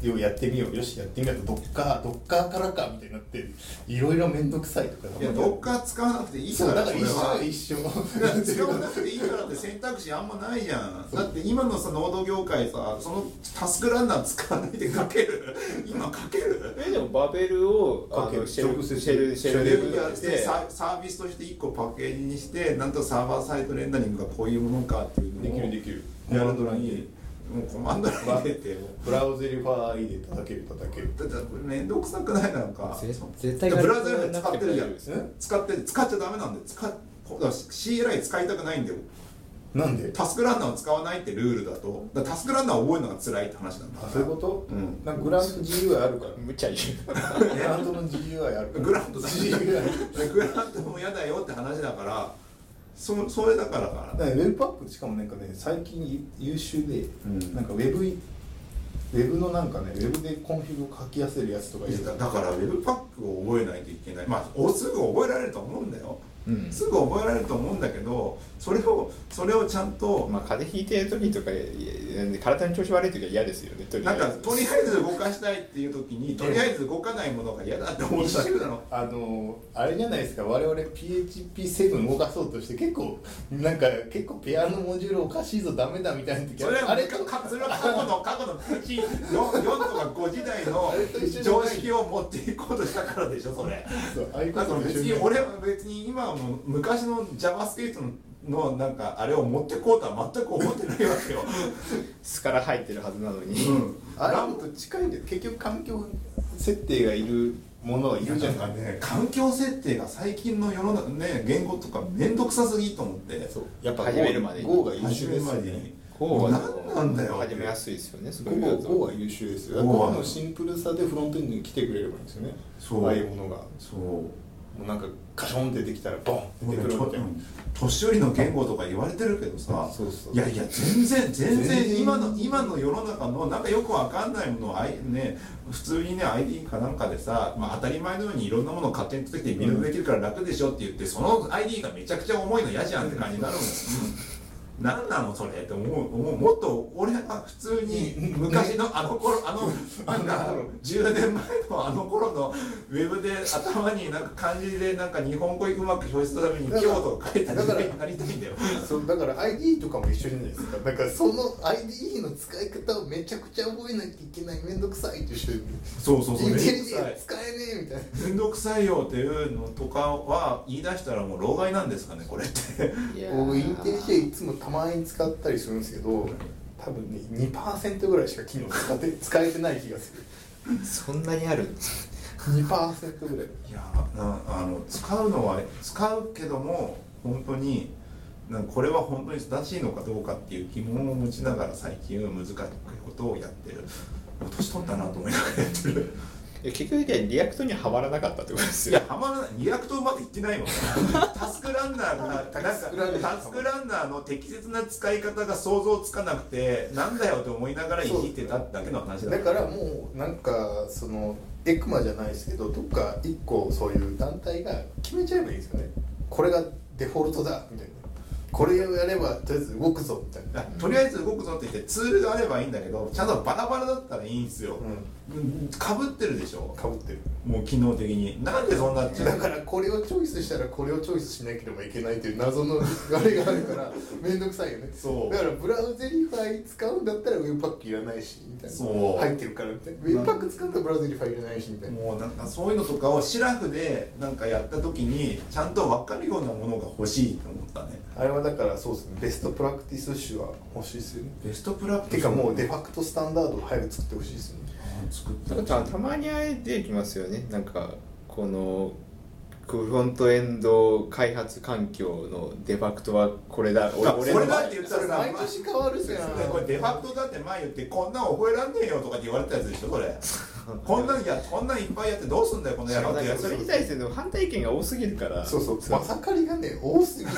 いをやってみようよしやってみようとドッカードッカーからかみたいになっていろいろ面倒くさいとか。
いやどっか使わなくていいか
そうだ
ら
か
そ
ら
れ
一緒
は
一緒。
いや使 わなくていいからって選択肢あんまないじゃんだって今のさノード業界さそのタスクランナー使わないで書ける 今書ける
えでもバベルをあ
かける
のシェル
直
シ
接
ェルシェル
で
デ
シェ
ブ
ル
やっ
してて
ササービスとして1個パッケージにしてなんとサーバーサイドレンダリングがこういうものかっていうのを
できるできる。
やるのにもうコマンドライン出てもう
ブラウゼリファー入れ叩ける叩ける。
だってこれ面倒くさくないなんか
ぜ絶対
ブラウザー使ってるじゃん
ん
え
使って使っちゃダメなんで使っこだから CLI 使いたくないんだよ
なんで？
タスクランナーを使わないってルールだとだからタスクランナーを覚えるのが辛いって話なんだ
あそういうこと？
うん
なんかグラント GUI あるから。
むちゃ言う
グラントの GUI あるから。
グラントだ
GUI。
グラントも嫌だよって話だからそそれだからかな
だからウェブパックしかもなんかね最近優秀で、
うん
なんかウェブいウェブのなんかねウェブでコンフィグを書きやせるやつとかいる
だだからウェブパックを覚えないといけないまあおすぐ覚えられると思うんだよ
うん
すぐ覚えられると思うんだけどそれをそれをちゃんと
まあ風邪ひいてる時とかいや体の調子悪い時は嫌ですよねとりあ
なん
え
か
ず
とりあえず動かしたいっていう時にとりあえず動かないものが嫌だって思ってるの
あのあれじゃないですか我々 PHP7 動かそうとして結構なんか結構ペアのモジュールおかしいぞダメだみたいな時
それは
あれ
かかそれは過去の過去の1 4とか5時代の
あれと一緒じゃな
常
い
識を持っていこうとしたからでしょそれ
そうああいうこ
だか
と
ら別に俺は別に今はもう昔の JavaScript のなんかあれを持ってこうとは全く思ってないわけよ、
巣から入ってるはずなのに、
うん、
あれもと近いんだよ結局環境設定がいるものはいるじゃ
な
ない
んかね環境設定が最近の世の中ね言語とか面倒くさすぎと思って
そうやっぱ
始めるまでに
Go が優
始
秀
め
で
る
すよ
まで
ね
に
こう
何なんだよ
始めやすいですよねす
ゴ
ごいや
ー
つ
ゴーは優秀です
ゴ
よ。
ーは
ゴーのシンプルさでフロントエンドに来てくれればいいんですよね。
そう
ああいうものが。も
そう
うなんかカションってできたらボン
も
出
うね
てく
ち
る
ょっ
み
と
たいな。
年寄りの言語とか言われてるけどさ
そうそう
いやいや全然全
全然
然今の今の世の中のなんかよくわかんないものをあい、ね、普通にね ID かなんかでさ、まあ、当たり前のようにいろんなものを勝手に取ってきてビルドできるから楽でしょって言ってその ID がめちゃくちゃ重いの嫌じゃんって感じになるもん。何なのそれって思う思うもっと俺が普通に昔のあの頃あ のなんか10年前のあの頃のウェブで頭になんか漢字でなんか日本語うまく表出すために京都を書いた時代になりたいんだよ。
そうだから ID とかも一緒じゃないですか。なんかその ID の使い方をめちゃくちゃ覚えなきゃいけないめんどくさいと一緒に。
そうそうそう。
人
めん
間
どく
に
さ
はい使えねみたいな
面倒くさいよっていうのとかは言い出したらもう老害なんですかねこれって
いやー
僕インテリジェいつもたまに使ったりするんですけど多分ね2%ぐらいしか機能使って使えてない気がする
そんなにある
2%ぐらい
いやなあの使うのは使うけども本当になんかこれは本当に正しいのかどうかっていう疑問を持ちながら最近は難しいことをやってる年取ったなと思いながらやってる
え結局でリアクトにはまらなかったってことです
い
よ
や、ハマらない、リアクトまでいってないもん。タスクランナーが、なんか、タス
スクランナー
クランナーの適切な使い方が想像つかなくて、なんだよと思いながら生きてただけの話だ
だからもうなんかそのエクマじゃないですけどどっか一個そういう団体が決めちゃえばいいですよねこれがデフォルトだみたいなこれをやればとりあえず動くぞみたいな、
あとりあえず動くぞって言ってツールがあればいいんだけどちゃんとバラバラだったらいいんですよ
う
かぶってるでしょ
ん、かぶってる
もう機能的になんでそんな
だからこれをチョイスしたらこれをチョイスしなければいけないという謎のあれがあるから面倒くさいよね
そう
だからブラウゼリファイ使うんだったらウェブパックいらないしみたいな
そう
入ってるからみたいなウェブパック使うんだったらブラウゼリファイいらないしみたいな
もうなんかそういうのとかをシラフでなんかやった時にちゃんと分かるようなものが欲しいと思ったね
あれはだからそうですねベストプラクティス集は欲しいですよね
ベストプラクテ
て
ィス
かもうデファクトスタンダードを早く作ってほしいですよね
作った
なんかたたまにあえてきますよねなんかこのこうフロントエンド開発環境のデファクトはこれだ
あこれ
の
だって言ったらさ
毎年変わるじゃん
でこれデファクトだって前言ってこんなん覚えらんねえよとかって言われたやつでしょ これこんなんやこんなんいっぱいやってどうすんだよこの野郎ってやつ
それに対しての反対意見が多すぎるから
そうそうまさかりがね多すぎるね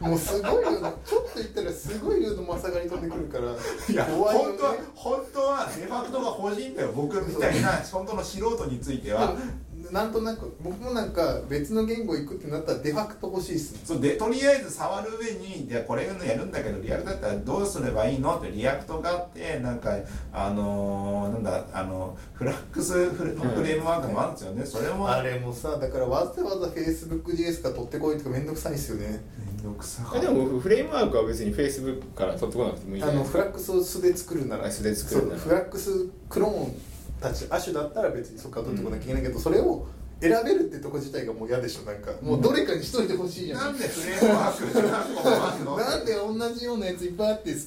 もうすごいよなちょっと言ったらすごい量のまさかり飛んでくるから
いや
怖いよ
本
ね
当は本当はデファクトが欲しいんだよ僕みたいな本当の素人については
でもなんとなく僕もなんか別の言語行くってなったらデファクト欲しいっすね
そうでとりあえず触る上にでこれのやるんだけどリアクトだったらどうすればいいのってリアクトがあってなんかあのーなんだあのフラックスフレのフレームワークもあるんですよねそれも
あれもさだからわざわざ FacebookJS から取ってこいとかめんどくさいっすよね
面倒くさか
あでもフレームワークは別に Facebook から取ってこなくてもいいじ
あ
ゃない
の
です
フ
か
ラックスを素で作るなら
あ素で作るなら
そうフラックスクローンたち亜種だったら別にそっから取ってこなきゃいけないけど、それを選べるってとこ自体がもう嫌でしょなんかもうどれかにしといてほしいじゃん、
なんでフレームワーク何個もあるの
なんで同じようなやついっぱいあってち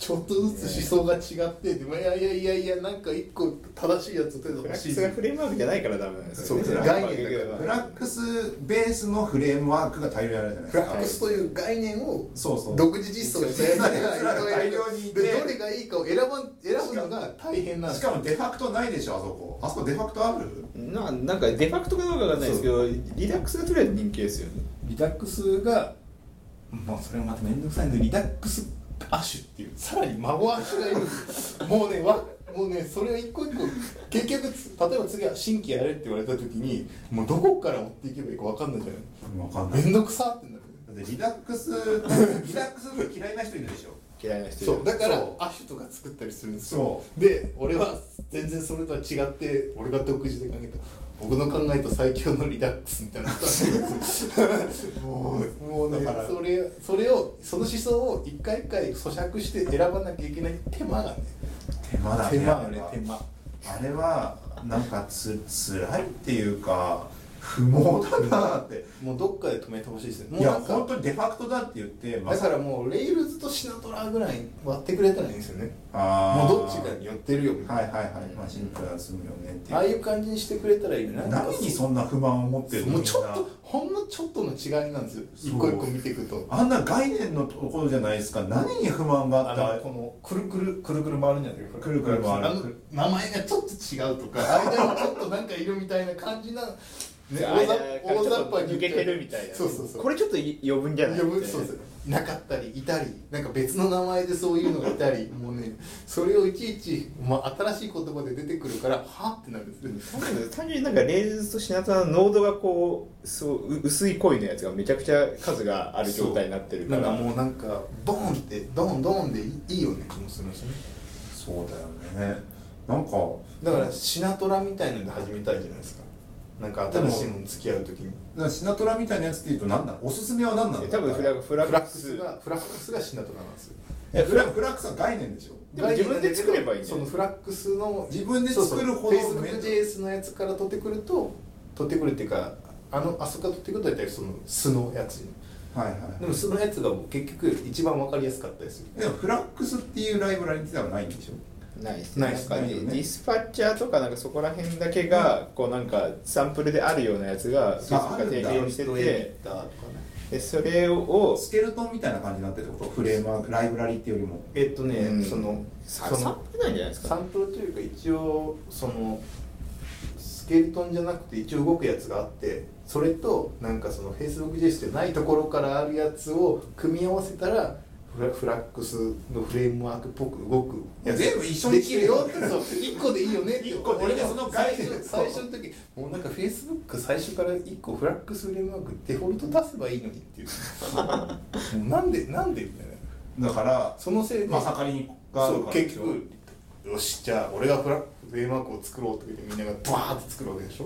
ちょっとずつ思想が違ってでまあいやいやいやいやなんか一個正しいやつ取って
フ
ほ
ラ
し
ッ
い
クスがフレームワークじゃないからダメなんですよね
そう
フラックスが
フラックスベースのフレームワークが大量にあるじゃないで
フ
す
ラ
か。
ックスという概念を
そうそう。
独自実装したやつがいろいろ
大量にいて
でどれがいいかを選ばん選ぶのが大変なんで
し
す
かもデファクトないでしょあそこ。あそこデファクトある？
ななんかデファクトかどうかわかんないですけどリダックスがとりあえず人気ですよね
リダックスが
まあそれまた面倒くさい
でリダックス亜種っていうさらに孫亜種がいるんですもうねわもうねそれを一個一個結局つ例えば次は新規やれって言われた時にもうどこから持っていけばいいか分かんないじゃな
わかんないい。
面倒くさってなる
だってリダック スリダックス部嫌いな人いるでしょ。
嫌いな人いる
そうだから
そう
亜種とか作ったりするんですよ
そ
で俺は全然それとは違って俺が独自で考えた僕の考えた最強のリダックスみたいなことなんですよもうもうね
だから
それそれをその思想を一回一回咀嚼して選ばなきゃいけない手間がね
う。手間だね。
手間がね
あれ
手
は
間
あれはなんかつ辛いっていうか不毛だなって。
もうどっかで止めてほしいですねも
いうや
なんか
本当にデファクトだって言ってま
だ
さ
からもうレイルズとシナトラぐらい割ってくれたらいいんですよね
あ
もう
ー
どっちかに寄ってるよみた
は
い
いはいはい。まあシンプルは済むよねっていう。
なああいう感じにしてくれたらいいよねなんか
何にそんな不満を持ってるの
もう
みん
ちょっ
な
とほんのちょっとの違いなんですよ
そう
一個一個見ていくと
あんな概念のところじゃないですか何に不満があ
あ
った
のこのくるくるくるくる回るんじゃないですか
くるくる回る
あの名前がちょっと違うとか間にちょっとなんかいるみたいな感じな、ね、大雑大雑把に言っちゃうそうそうそう
これちょっと余分じゃない
呼ぶそうそうなかったりいたりなんか別の名前でそういうのがいたりもうねそれをいちいち、まあ、新しい言葉で出てくるからはってなるんですよ
単純になんかレイズとシナトラの濃度がこうそうう薄い恋のやつがめちゃくちゃ数がある状態になってるか
な
ら
んかもうなんかドーンってドーンドーンでいいよね気もするしね
そうだよねなんか
だからシナトラみたいので始めたいじゃないですかなんか新しいのに付き合う時に
なシナトラみたいなやつっていうと何なのおすすめは何なの
多分フラフ
フ
ラ
ラ
ッ
ッ
ク
ク
ス
スがフラックスがシナトラなんですよ
えフラフラックスは概念でしょ
でも自分で作ればいいんだ
そ
よ
のフラックスの
自分で作るほど
そうそう FacebookJS のやつから取ってくると取ってくるっていうかあのあそこから取ってくると大体その素のやつに
はいはい
でも素のやつがもう結局一番わかりやすかったでする
でもフラックスっていうライブラリってのはないんでしょ
ないです
ない
ね
っ
なん
す
か
ね
ディディスパッチャーとかなんかそこら辺だけがこうなんかサンプルであるようなやつがいくつか提供して
ドエ
て
ディターとかね
でそれを
スケルトンみたいな感じになってるってことフレームライブラリっていうよりも
えっとね、
うん
その
さ
その
サンプルなんじゃないです
サ
か
ンプルというか一応そのスケルトンじゃなくて一応動くやつがあってそれとなんかその FacebookJS でないところからあるやつを組み合わせたらフラフラックスのフレームワークっぽく動くやつ
全部一緒に
できるよってそう1個でいいよねって
一個でいい
俺
よ
もその最
そう
初最初の時もうなんか Facebook 最初から1個フラックスフレームワークデフォルト出せばいいのにっていう もうなんでなんでみたいな
だから
そのせいで
まあ盛りがあ
そ
るから
う
で
結
しょ
局よしじゃあ俺がフラフレームワークを作ろうって言ってみんながバーって作るわけでしょ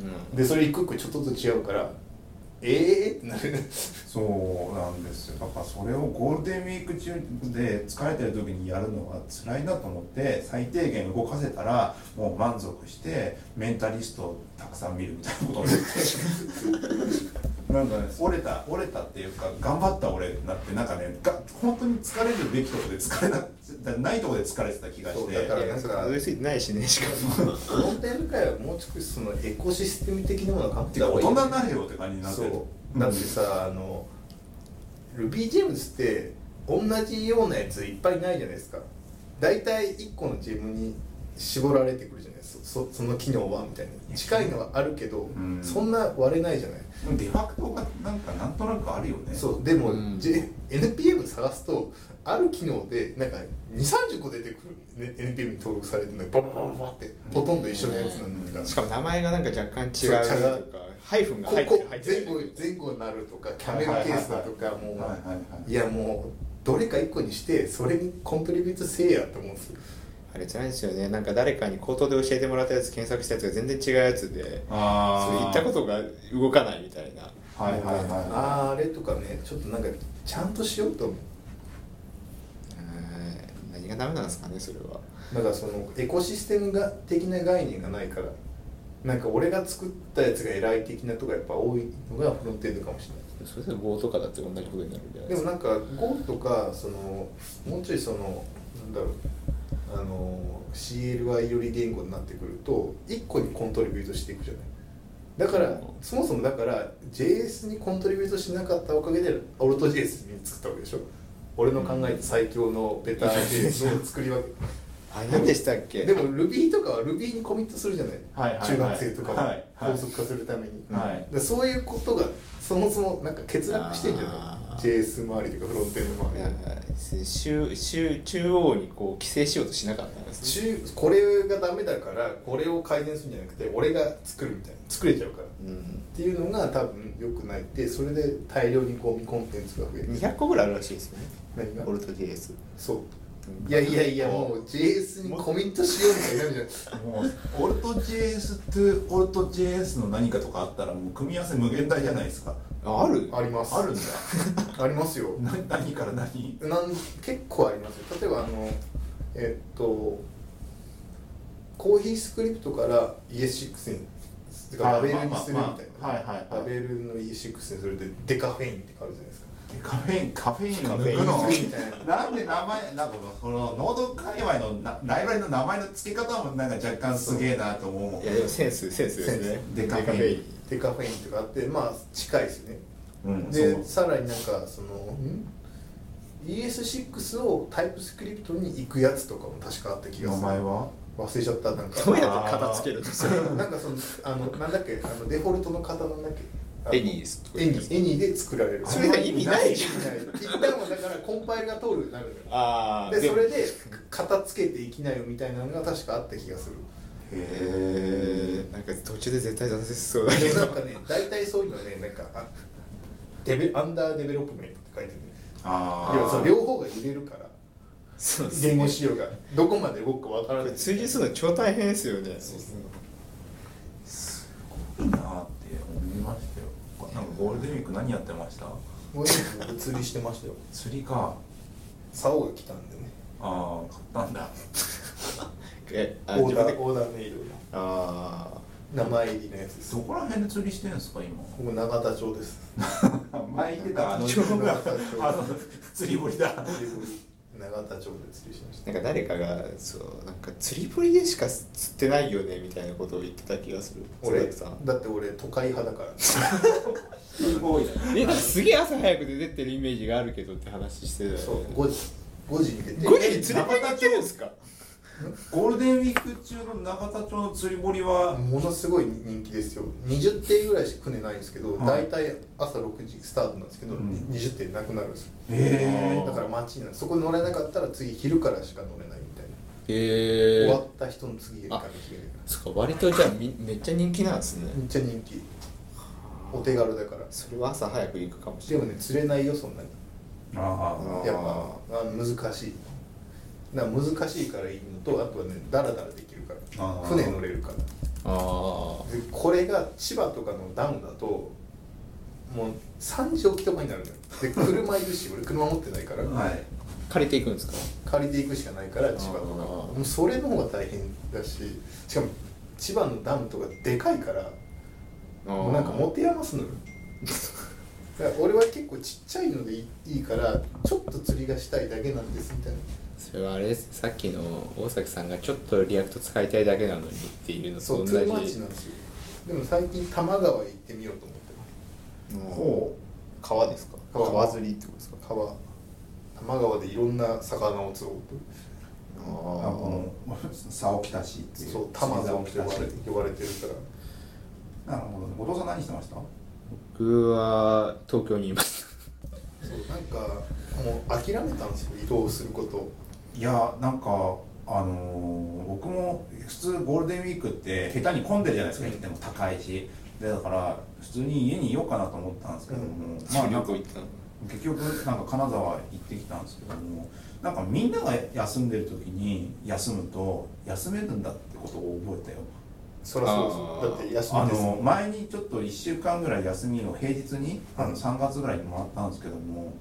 うん
でそれ一個一個ちょっとずつ違うからええー、ってなる
そうなんですよだからそれをゴールデンウィーク中で疲れてる時にやるのが辛いなと思って最低限動かせたらもう満足してメンタリストをたくさん見るみたいなことを言って なんかね折れた折れたっていうか頑張った俺になってなんかねが本当に疲れるべきとこで疲れなないとこで疲れてた気がして
そうだから
いやそれたどり着いてないしねしかも
その点からはもうちょっとそのエコシステム的なものを考え
て
た
か
方が
大
い
人
いよね
になれよって感じになってる
そうだってさあの RubyGems って同じようなやついっぱいないじゃないですか大体1個のチームに絞られてくるじゃないですかそその機能はみたいな近いのはあるけど、
うん
そんな割れないじゃない
うんデファクトがなんかなんとなくあるよね
そうでも、
うん
J- NPM 探すとある機能でなんか2 3 0個出てくる、ね、NPM に登録されてるのがバンバンバンバンってほとんど一緒のやつなんだから、
しかも名前がなんか若干違
そう
う
違う
とかハイフンが入
こ
ってる
こ
入って
前
る
後前後になるとかキャメルケースだとかもう、
はいはいはい
いやもうどれか一個にしてそれにコントリビュートせえやと思うんですよ
あれ辛いんですよねなんか誰かに口頭で教えてもらったやつ検索したやつが全然違うやつで
あ
そう
ー
言ったことが動かないみたいな
はいはいはいは
あーあれとかねちょっとなんかちゃんとしようと思う
うん何がダメなんですかねそれは
なんかそのエコシステムが的な概念がないからなんか俺が作ったやつが偉い的なとかやっぱ多いのがフロントエンドかもしれない
それぞれ棒とかだって同じことになるんじゃない
で
で
も
すか
なんか GO とかそのもうちょいそのなんだろうあの CLI より言語になってくると1個にコントリビュートしていくじゃないだからそもそもだから JS にコントリビュートしなかったおかげで AltJS に作ったわけでしょ俺の考えた最強のベター JS を作り分
あ何でしたっけ
けでも Ruby とかは Ruby にコミットするじゃない,、
はいはいはい
中学生とか
はいは
を
い
高速化するために、
はい
でそういうことがそもそもなんか欠落してんじゃな
あ
い
ー
JS 周りというかフロントエンド周り
なんか中中中央にこう規制しようとしなかったんですね
中これがダメだからこれを改善するんじゃなくて俺が作るみたいな作れちゃうからっ
うん
ていうのが多分良くないってそれで大量にゴミコンテンツが増える
200個ぐらいあるらしいですよね
何が
オルト JS
そういやいやいやもう JS にコミットしようみたいになるじゃない
いもうオルト JS とオルト JS の何かとかあったらもう組み合わせ無限大じゃないですか
ある
あります
あるんだ
ありますよ
な何から何
なん結構ありますよ例えばあのえっとコーヒースクリプトから ES6 にてか
あ
ラベルにするみたいな
まあまあまあはいはいはい
ラベルの ES6 にするでデカフェインってあるじゃないですか
カフェインカフェイン
カフェイン
抜くの
みたい
なんで名前なんかこのノード界隈のなライブラリの名前の付け方もなんか若干すげえなと思うもん
いやでもセンスセンスです
セ
ね
ン
スデカフェイン
デカフェインとかあってまあ近いですよね
うんそ
で
う
さらになんかそのん ES6 をタイプスクリプトに行くやつとかも確かあった気
名
がする
前は
忘れちゃったなんか
どうやって片付けるのそれ
なんかそのあのなんだっけあのデフォルトの型なんだっけあの
エニーです
エニーエニーで作られる
それが意味ないじゃん
ん一旦はだからコンパイルが通るようになるのよ
ああ
でそれで片付けていきなよみたいなのが確かあった気がす る
へ
なんか途中で絶対挫折しそうだけ
でも
ど
なんかね大体そういうのはねなんかあデベアンダーデベロップメントって書いてるね
あ
要はその
あ
両方が揺れるから
そうです
言語
ね
仕様がどこまで動くかわから
こ
な
れ
い
追従するの超大変ですよね
そうそう
いいなーって思いましたよなんかゴールデンウィーク何やってました
もう一つ釣りしてましたよ
釣りか
竿が来たんでね
あああ買ったんだ
えあ
オ
自
ーダ
分で
ーオーダーメイドの
ああ
名前入りのやつです
どこら辺で釣りしてんですか 今
僕永田町です
前言ってたあの
長
があの釣り堀だ
永田町で釣りしまし
なんか誰かがそうなんか釣り堀でしか釣ってないよねみたいなことを言ってた気がする
俺
津田さん
だって俺都会派だから
すごいな
えなんかすげえ朝早く出てってるイメージがあるけどって話してたよね
そう5時5時に出て
5時に釣り堀に行ってるんですか
ゴールデンウィーク中の永田町の釣り堀は
ものすごい人気ですよ20艇ぐらいしか船ないんですけど、
はい
大体朝6時スタートなんですけど、
うん
20艇なくなるんですよ
へー
だから街になるそこ乗れなかったら次昼からしか乗れないみたいな、
へえ
終わった人の次から決める
そっか割とじゃあみめっちゃ人気なんですね
めっちゃ人気お手軽だから
それは朝早く行くかもし
で
れ
も
ない
ね釣れないよそんなに
あ
あー
やっぱあ難しいな難しいからいいのとあとはねダラダラできるか
あー
ら船乗れるから
あ
でこれが千葉とかのダウンだともう3時起きとかになるのよで車いるし俺車持ってないから、
あはい
あ借りていくんですか
借りていくしかないから千葉とか
あー
もうそれの方が大変だししかも千葉のダムとかでかいからもうなんか持て余すのよだから俺は結構ちっちゃいのでいいいいからちょっと釣りがしたいだけなんですみたいな
それはあれですさっきの大崎さんがちょっとリアクト使いたいだけなのにっていうの
そ
と同
うツ
じ
ーマッチなんですよでも最近多摩川行ってみようと思って
ほ
川ですか
川
りってことですか
ます川多摩川でいろんな魚を釣ろうと
あ
うあこの竿きたしっていう
そう多摩
釣
川
り竿
っ
きた
て呼ば
し
れて呼ばれてるから
なるほどね後藤さん何してました
僕は東京にいます
そうなんかもう諦めたんですよ移動することを
いやなんかあのー僕も普通ゴールデンウィークって下手に混んでるじゃないですか行っても高いしでだから普通に家にいようかなと思ったんですけども、まあなんか
行ったの
結局なんか金沢行ってきたんですけどもなんかみんなが休んでる時に休むと休めるんだってことを覚えたよ
そりゃそう
あー
ですだ
あ
って休みですも
の
ん
前にちょっと1週間ぐらい休みを平日にあ
う
の
ん
3月ぐらいにもらったんですけども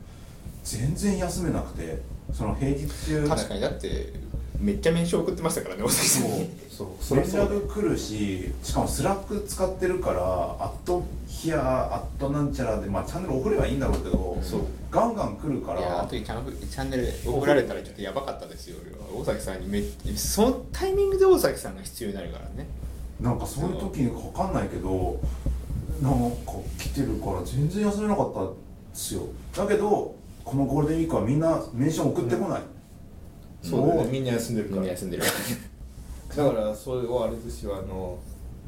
全然休めなくてその平日中
確かにだってめっちゃ名刺送ってましたからね大崎さんに
そうそ
連
りゃそうだよ
絡来るししかもスラック使ってるからアットヒアアットなんちゃらでまあチャンネル送ればいいんだろうけど、
そう
ガンガン来るか
いやあ
ら
の時チャンブチャンネル送られたらちょっとやばかったですよ俺は大崎さんにめっそのタイミングで大崎さんが必要になるからね
なんかそういう時にかかんないけどなんか来てるから全然休めなかったんですよだけどこのゴールデンウィークはみんなメンション送ってこない、
そうだよ
も
ねみんな休んでる
み
か
ん
ら
な休んでる
だからそれはあれですよあの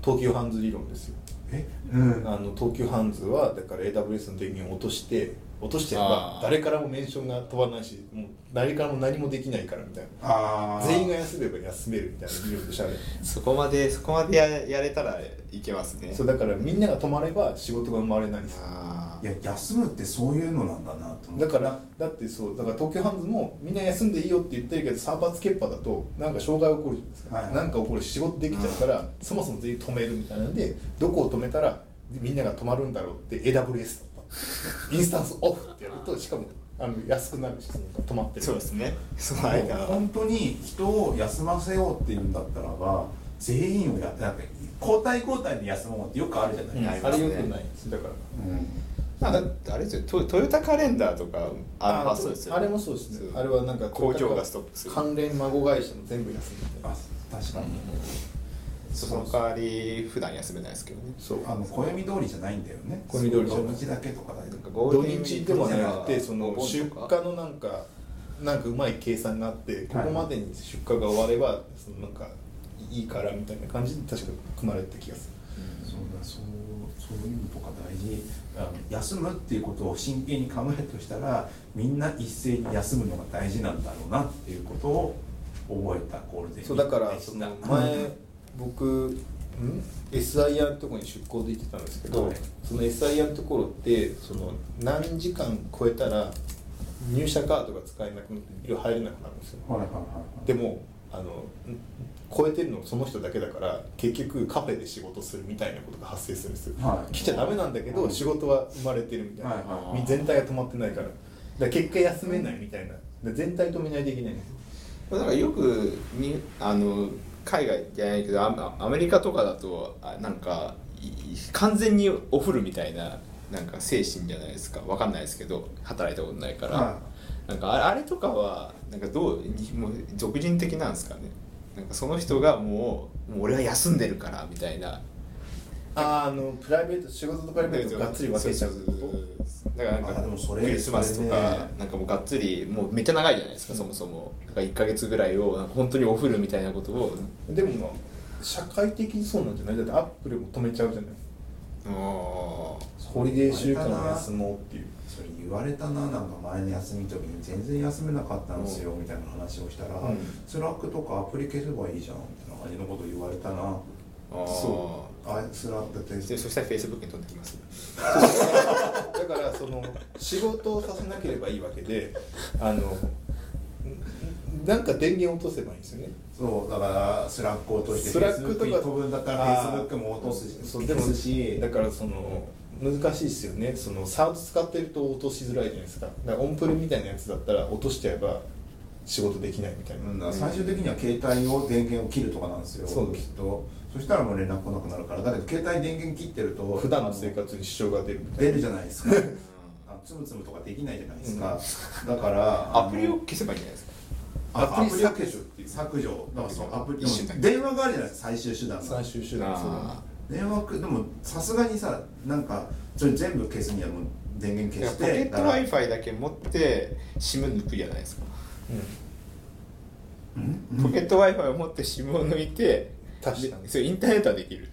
東急ハンズ理論ですよ
えうん
あの東急ハンズはだから AWS の電源を落として落としてれば
あー
誰からもメンションが飛ばないしもう誰からも何もできないからみたい
あ
な
ー
全員が休めば休めるみたいな理論でしゃべる
そこまでそこまでややれたらいけますね
そうだからみんなが止まれば仕事が生まれないんですよ
あ
いや休むってそういうのなんだなと思って
だからだってそうだから東急ハンズもみんな休んでいいよって言ってるけどサーバーつけっぱだとなんか障害起こるじゃないですか、
はい
なんか起こるし仕事できちゃうから、そもそも全員止めるみたいなんでどこを止めたらみんなが止まるんだろうって AWS とかインスタンスオフってやるとしかもあの安くなるし止まってる
そうですねその間は
本当に人を休ませようっていうんだったらば全員をやなんか交代交代で休もうってよくあるじゃない、
うん
あ
あ
り
れ
ますね
よくないですだから
なんかあれですよトヨトヨタカレンダーとかああそうですよ
あれもそうですね
そう
あれはなんか
工場がストップする
関連孫会社も全部休んでて
あ確かに、
その代わり普段休めないですけどね
そう
あの暦通りじゃないんだよね
暦通りじゃない
土日だけとかだけ
なんか
ど
ゴー
土
ルデンウィ
日
ー
で
ク
も
とか
なくてその出荷
お盆とか
のなんかなんかうまい計算があってここまでに出荷が終わればそのなんかいいからみたいな感じで確か組まれた気がす
そうだそうそういうのとか大事あの休むっていうことを真剣に考えるとしたらみんな一斉に休むのが大事なんだろうなっていうことを覚えたゴールデンウィークでし
る
た
そうだからその前僕ん SIR のところに出向で行ってたんですけど、
はい
その SIR のところってその何時間超えたら入社カードが使えなくなって入れなくなるんですよ
はいはいはいはい
でもあのん超えてるのその人だけだから結局カフェで仕事するみたいなことが発生するんですよ、
はい
来ちゃダメなんだけど
はい
仕事は生まれてるみたいな、
はいはいはい
全体が止まってないからだから結果休めないみたいなだから全体止めないといけないんですよ
だからよくにあの海外じゃないけどアアメリカとかだとあなんかい完全におフるみたいななんか精神じゃないですかわかんないですけど働いたことないから、
は
なんかああれとかはなんかどうにもう俗人的なんですかねなんかその人がもうもう俺は休んでるからみたいな
あーあのプライベート仕事とプライベートをがっつり分けちゃうってこと
だからなん
あ
か
でもそれ
クリスマスとか、
それね
なんかもうがっつりもうめっちゃ長いじゃないですか、そもそもなんか1か月ぐらいをなんか本当におフるみたいなことを
でもまあ社会的にそうなんじゃないだってアップルも止めちゃうじゃない
ああ
ホリデー週間を休もうっていう
それ言われたななんか前の休みの時に全然休めなかったんですよみたいな話をしたら、
うん
スラックとかアプリ消せばいいじゃんみたいな感じのこと言われたな
そ
そ
あスラックって
うでそしたらフェイスブックに飛んできます
だからその仕事をさせなければいいわけであのなんか電源落とせばいいんですよね
そうだからスラックを落として
スラック
Facebook
とか
に飛ぶんだったら
あー
Facebook も落とすし
そうでも
消すし
だからその難しいですよねそのサード使ってると落としづらいじゃないですかだからオンプレみたいなやつだったら落としちゃえば仕事できないみたいな、
うんだから最終的には携帯を電源を切るとかなんですよ
そう
きっとそしたらもう連絡来なくなるからだけど携帯電源切ってると
普段の生活に支障が出るみたい
出
な
るじゃないですか あつむつむとかできないじゃないですか、だからあの
アプリを消せばいいんじゃないですか
あア
ア
プ
プ
リ削
リ削
除っい削除だ
除ってていうう
からそのアプリで
一種だ
も
け
電話があるじゃないですか最終手段が
最終手段そうだ
あ
電話くでもさすがにさなんかそれ全部消すにはもう電源消
ー
し
ポケ
て
ット w i f i だけ持って SIM 抜くじゃないですかポケット w i f i を持って SIM を抜いて
足したんです
それインターネットはできる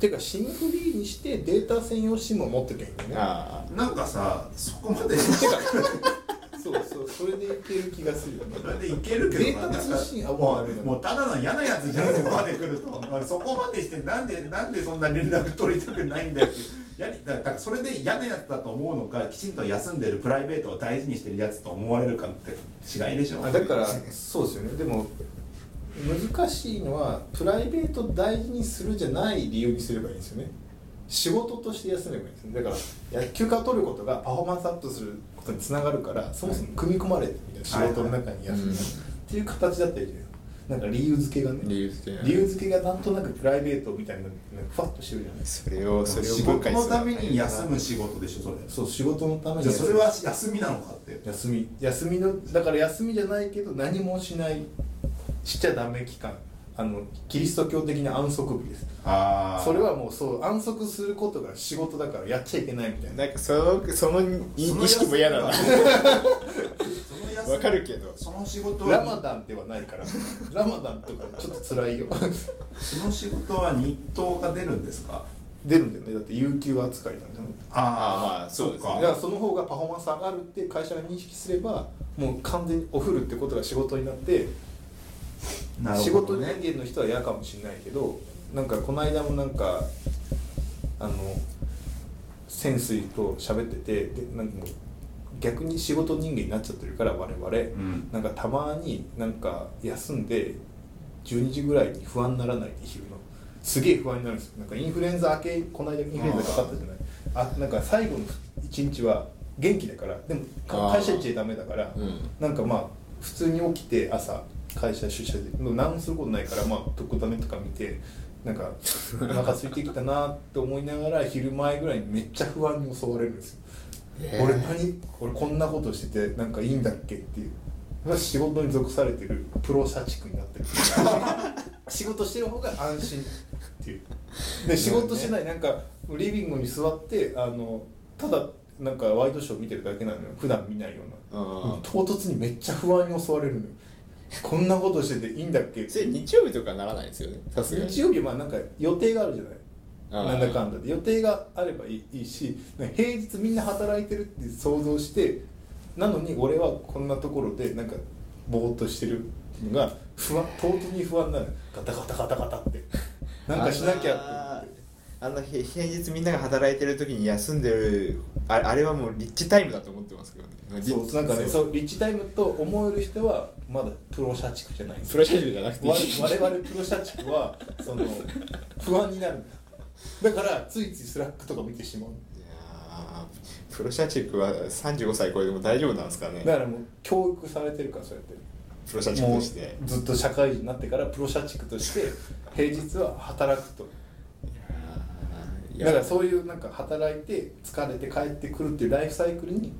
てか SIM フリーにしてデータ専用 SIM を持ってけばいいんだよね
あ
うんなんかさそこまで
そうそうそれでいける気がするよね
それでいけるけどな
データ通信あ
も
もうあれだ
うもうただの嫌なやつじゃんそこまで来るとそこまでしてなんでなんでそんな連絡取りたくないんだよってやりだだからそれで嫌なやつだと思うのかきちんと休んでるプライベートを大事にしてるやつと思われるかって違いでしょ
あだからそうですよねでも難しいのはプライベートを大事にするじゃない理由にすればいいんですよね仕事として休めばいいんですよだから野球家を取ることがパフォーマンスアップすることにつながるからそもそも組み込まれてるみたいな仕事の中に休む、
うん
っていう形だったらいいじゃないなんか理由付けがね
理由付けが
理由付けがなんとなくプライベートみたいなのがふわっとしてるじゃない
あ
ですか
それをそれを
仕
分
事
解する
のために休む仕事でしょそれ
そう仕事のために
じゃあそれは休みなのかって
休み休みのだから休みじゃないけど何もしないしちゃダメ期間あのキリスト教的な安息日です
あ
それはもうそう安息することが仕事だからやっちゃいけないみたいな
なんかそのそのい
その
意識も嫌だな
休
み わかるけど
その仕事
ラマ
は
ダンではないから ラマダンとかちょっと辛いよ
その仕事は日当が出るんですか
出るんだよねだって有給扱いなんだもん
あーまあそうですね
だからその方がパフォーマンス上がるって会社が認識すればもう完全におフるってことが仕事になって
なる
仕
ほ
事
ど
人
ね
間の人は嫌かもしれないけどなんかこの間もなんかあの潜水と喋っててでなんかもう逆に仕事人間になっちゃってるから我々、
ん
なんかたまになんか休んで12時ぐらいに不安にならないって昼のすげえ不安になるんですよなんかインフルエンザ明けこの間インフルエンザかかったじゃないあなんか最後の1日は元気だからでも
あー
会社行っちゃダメだから、
うん
なんかまあ普通に起きて朝会社出社でもう何もすることないからまあ特ダメとか見てなんかお腹空いてきたなって思いながら昼前ぐらいにめっちゃ不安に襲われるんですよ、
えー
俺何俺こんなことしててなんかいいんだっけっていう仕事に属されてるプロ社畜にな ってる仕事してる方が安心っていうで仕事してないなんかリビングに座ってあのただなんかワイドショー見てるだけなのよ普段見ないような
あー
唐突にめっちゃ不安に襲われるのよこんなことしてていいんだっけ
それ日曜日とかならないですよねさすがに
日曜日はまあなんか予定があるじゃない
ああ
なんだかんだで予定があればいいいいしなんか平日みんな働いてるって想像してなのに俺はこんなところでなんかぼーっとしてるのが不安唐突に不安になるガタガタガタガタ ってなんかしなきゃって
あの平平日みんなが働いてる時に休んでるああれはもうリッチタイムだと思ってますけどね
そうなんかね
そ
そうリッチタイムと思える人はまだプロ社畜じゃないんです
プロ社畜じゃなくていい
わ我々プロ社畜はその不安になるんだだからついついスラックとか見てしまう
いやープロ社畜は35歳超えても大丈夫なんですかね
だからもう教育されてるからそうやって
プロ社畜
も
と
う
して
ずっと社会人になってからプロ社畜として平日は働くと
いや
だからそういうなんか働いて疲れて帰ってくるっていうライフサイクルに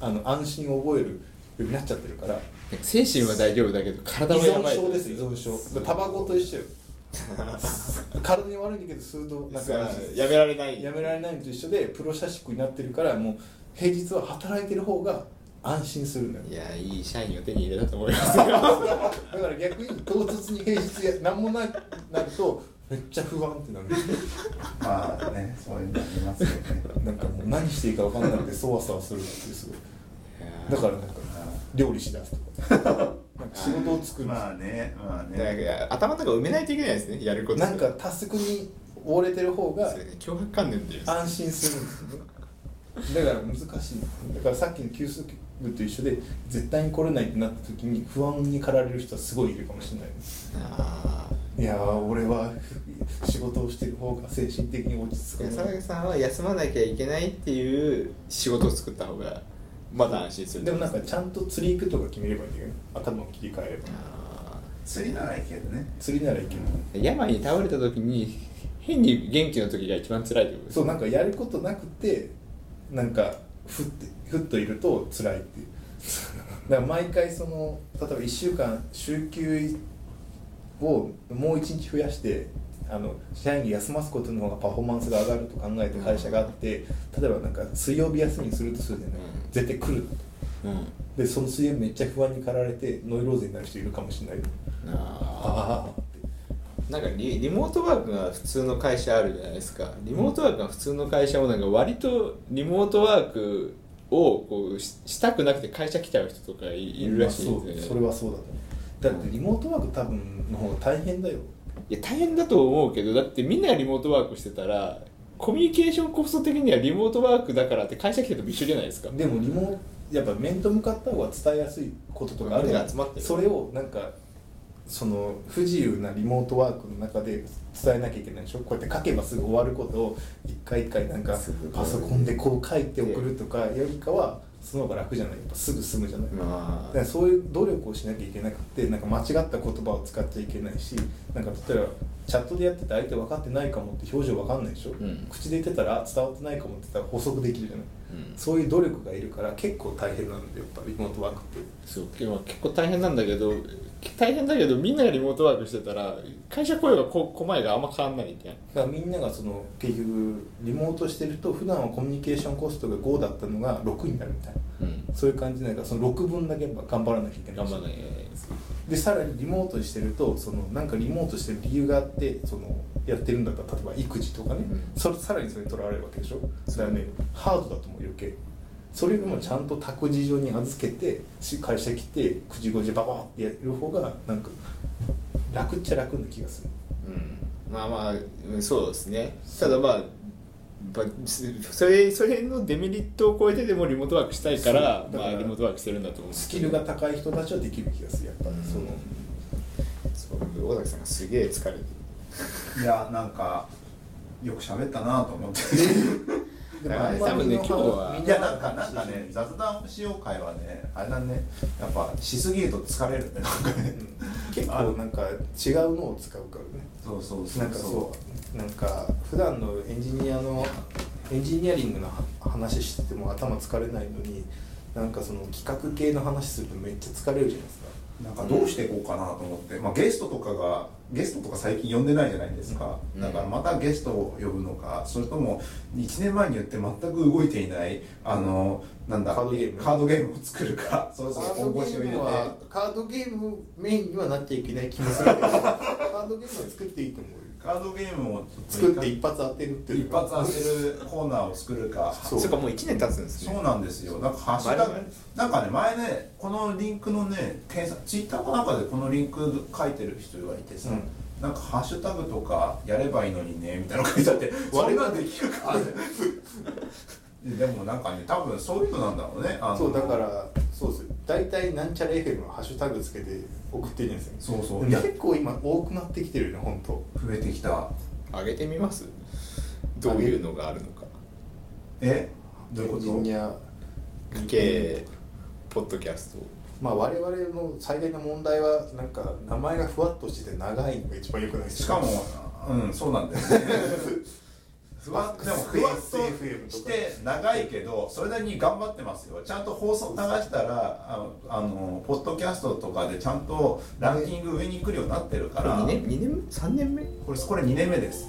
あの安心を覚えるようになっちゃってるから
精神は大丈夫だけど
依
体はや
存
ばい
症です依存症タバコと一緒よ 体に悪いんだけど吸うとなんか
さあやめられない
やめられないのと一緒でプロ社畜になってるからもう平日は働いてる方が安心するんだよ
いやいい社員を手に入れたと思いますよ
だから逆に唐突に平日や何もなくなるとめっちゃ不安ってなる
まあねそういうのありますよね
なんかもう何していいか分かんなくてそわそわするっていうすごいだからなんか料理しだすとかなん か仕事を作る、
まあねまあ
なん
ね
か頭の中埋めないといけないですねやること
なんかタスクに追われてる方が
それね脅迫観念っていうんです
安心するんですよねだから難しいだからさっきの給水部と一緒で絶対に来れないってなった時に不安に駆られる人はすごいいるかもしれないです
あ
いやー俺は仕事をしてる方が精神的に落ち着
あ
く
佐々木さんは休まなきゃいけないっていう仕事を作った方がまだ安心する
でもなんかちゃんと釣り行くとか決めればいいんだよね頭を切り替えれば
あ
釣りならいいけどね
釣りならいける
病に倒れた時に変に元気の時が一番辛いってことです
そうなんかやることなくてなんかふってふっといると辛いっていう だから毎回その例えば1週間週休をもう1日増やしてあの社員に休ますことの方がパフォーマンスが上がると考えて会社があって例えばなんか水曜日休みにするとするじゃない、
うん
絶対来るなと
うん
でその水曜日めっちゃ不安に駆られてノイローゼになる人いるかもしれない
あ
ああって
なんか
リリモートワークが普通の会社あるじゃないですかリモートワークが普通の会社もなんか割とリモートワークをこうししたくなくて会社来ちゃう人とかいいるらしいん
まあ
ですよ
そうそれ
ね
はそうだと思うだってリモートワーク多分の方が大変だよ
いや大変だと思うけどだってみんながリモートワークしてたらコミュニケーションコスト的にはリモートワークだからって会社来てても一緒じゃないですか
でもリモやっぱ面と向かった方が伝えやすいこととかある
みん
じ
な
ゃ
が集まって
ん
る
それをなんかその不自由なリモートワークの中で伝えなきゃいけないでしょこうやって書けばすぐ終わることを一回一回なんか
すごい
パソコンでこう書いて送るとかよりかはその方が楽じゃないやっぱすぐ済むじゃない、だ
ま
か
あ
らそういう努力をしなきゃいけなくてなんか間違った言葉を使っちゃいけないしなんか例えばチャットでやってて相手分かってないかもって表情分かんないでしょ、
ん
口で言ってたらあ伝わってないかもって言ったら補足できるじゃない、そういう努力がいるから結構大変なんでやっぱリモートワークって
そうけどまあ結構大変なんだけど大変だけどみんながリモートワークしてたら会社雇用がここ前があんま変わんないみたいな
だからみんながその結局リモートしてると普段はコミュニケーションコストが5だったのが6になるみたいなそういう感じなんかその6分だけやっぱ頑張らなきゃいけない
頑
し
張んないです
でさらにリモートしてるとそのなんかリモートしてる理由があってそのやってるんだったら例えば育児とかね、
うん
それさらにそれにとらわれるわけでしょだからねハードだと思う余計それよりもちゃんと託児所に預けてし会社来て9時5時ババーってやる方がなんか楽っちゃ楽な気がする
うんまあまあうんそうですねただまあばそれそれのデメリットを超えてでもリモートワークしたい
だから
そうだ
ま
か
あ
ら
リモートワークしてるんだと思うんです
ス
け
キ
ど
ルが高い人たちはできる気がするやっぱりその
そう尾崎さんがすげえ疲れてる
いやなんかよく喋ったなと思って
で
だからね
まあ
多分ね
みんな
今日はい
み
い
な
やなんかなんかね雑談しよう会はねあれだねやっぱしすぎると疲れるねなんかね
結構なんか違うのを使うからね
そうそうそう
なんかそうなんか普段のエンジニアのエンジニアリングの話してても頭疲れないのになんかその企画系の話するとめっちゃ疲れるじゃないですか
なんかどうしていこうかなと思って、まあ、ゲストとかがゲストとか最近呼んでないじゃないですか、
うん
だからまたゲストを呼ぶのかそれとも1年前に言って全く動いていないあのなんだ
カードゲーム
カードゲームを作るかそろそろ本腰を入れて
はカードゲームメインにはなっちゃいけない気もす るけどカードゲームは作っていいと思うよ
カードゲームを
作って一発当てるっていう
一発当てるコーナーを作るか
そう
そっかもう1年経つんですね
そうなんですよ。なんかハッシュタグ
我々
なんかね前ねこのリンクのね検索ツイッターかなんかでこのリンク書いてる人がいてさ、
うん
なんかハッシュタグとかやればいいのにねみたいなの書いてあ ってそれができるか。でもなんかね多分そういうのなんだろうね。あの
そうだからそうですよ大体なんちゃら FM のハッシュタグつけて送ってるじゃないですか
そうそう
でも
いや
結構今多くなってきてるよね本当。
増えてきた。
上げてみますどういうのがあるのか
えどういうこ
エンジニ
と？
ア
家計ポッドキャスト
まあ我々の最大の問題はなんか名前がふわっとしてて長いのが一番良くないです
しかもうんそうなんだよねふわでもふわっと
SFM と
し
か
て長いけどそれなりに頑張ってますよちゃんと放送流したらあのあのポッドキャストとかでちゃんとランキング上に来るようになってるから
2年二年目3年目
これこれ2年目です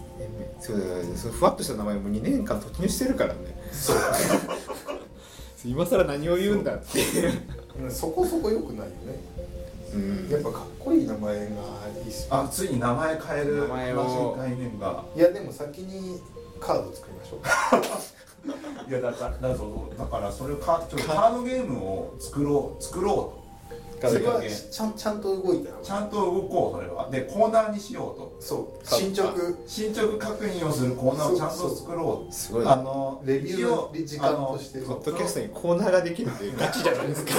そうだよねそのふわっとした名前も2年間突入してるからね
そう
今更何を言うんだっていう
うんそこそこ良くないよ
うん
ねやっぱかっこいい名前がいいっすよ
あついに名前変える
名前を
概念が
いやでも先にカード作りましょう
いやだだだぞだからそれをカちょっとカードゲームを作ろう作ろ
カード
それ
ゲー
は
ム
ちゃんちゃんと動いたら
うとちゃんと動こうそれはでコーナーにしようと
そう
カード
進捗
進捗確認をするコーナーをちゃんと作ろう
すごい
あの
レビュー
一応
時間として
あの
ポ
ポッドキャストにコーナーができるっていうガチじゃないですか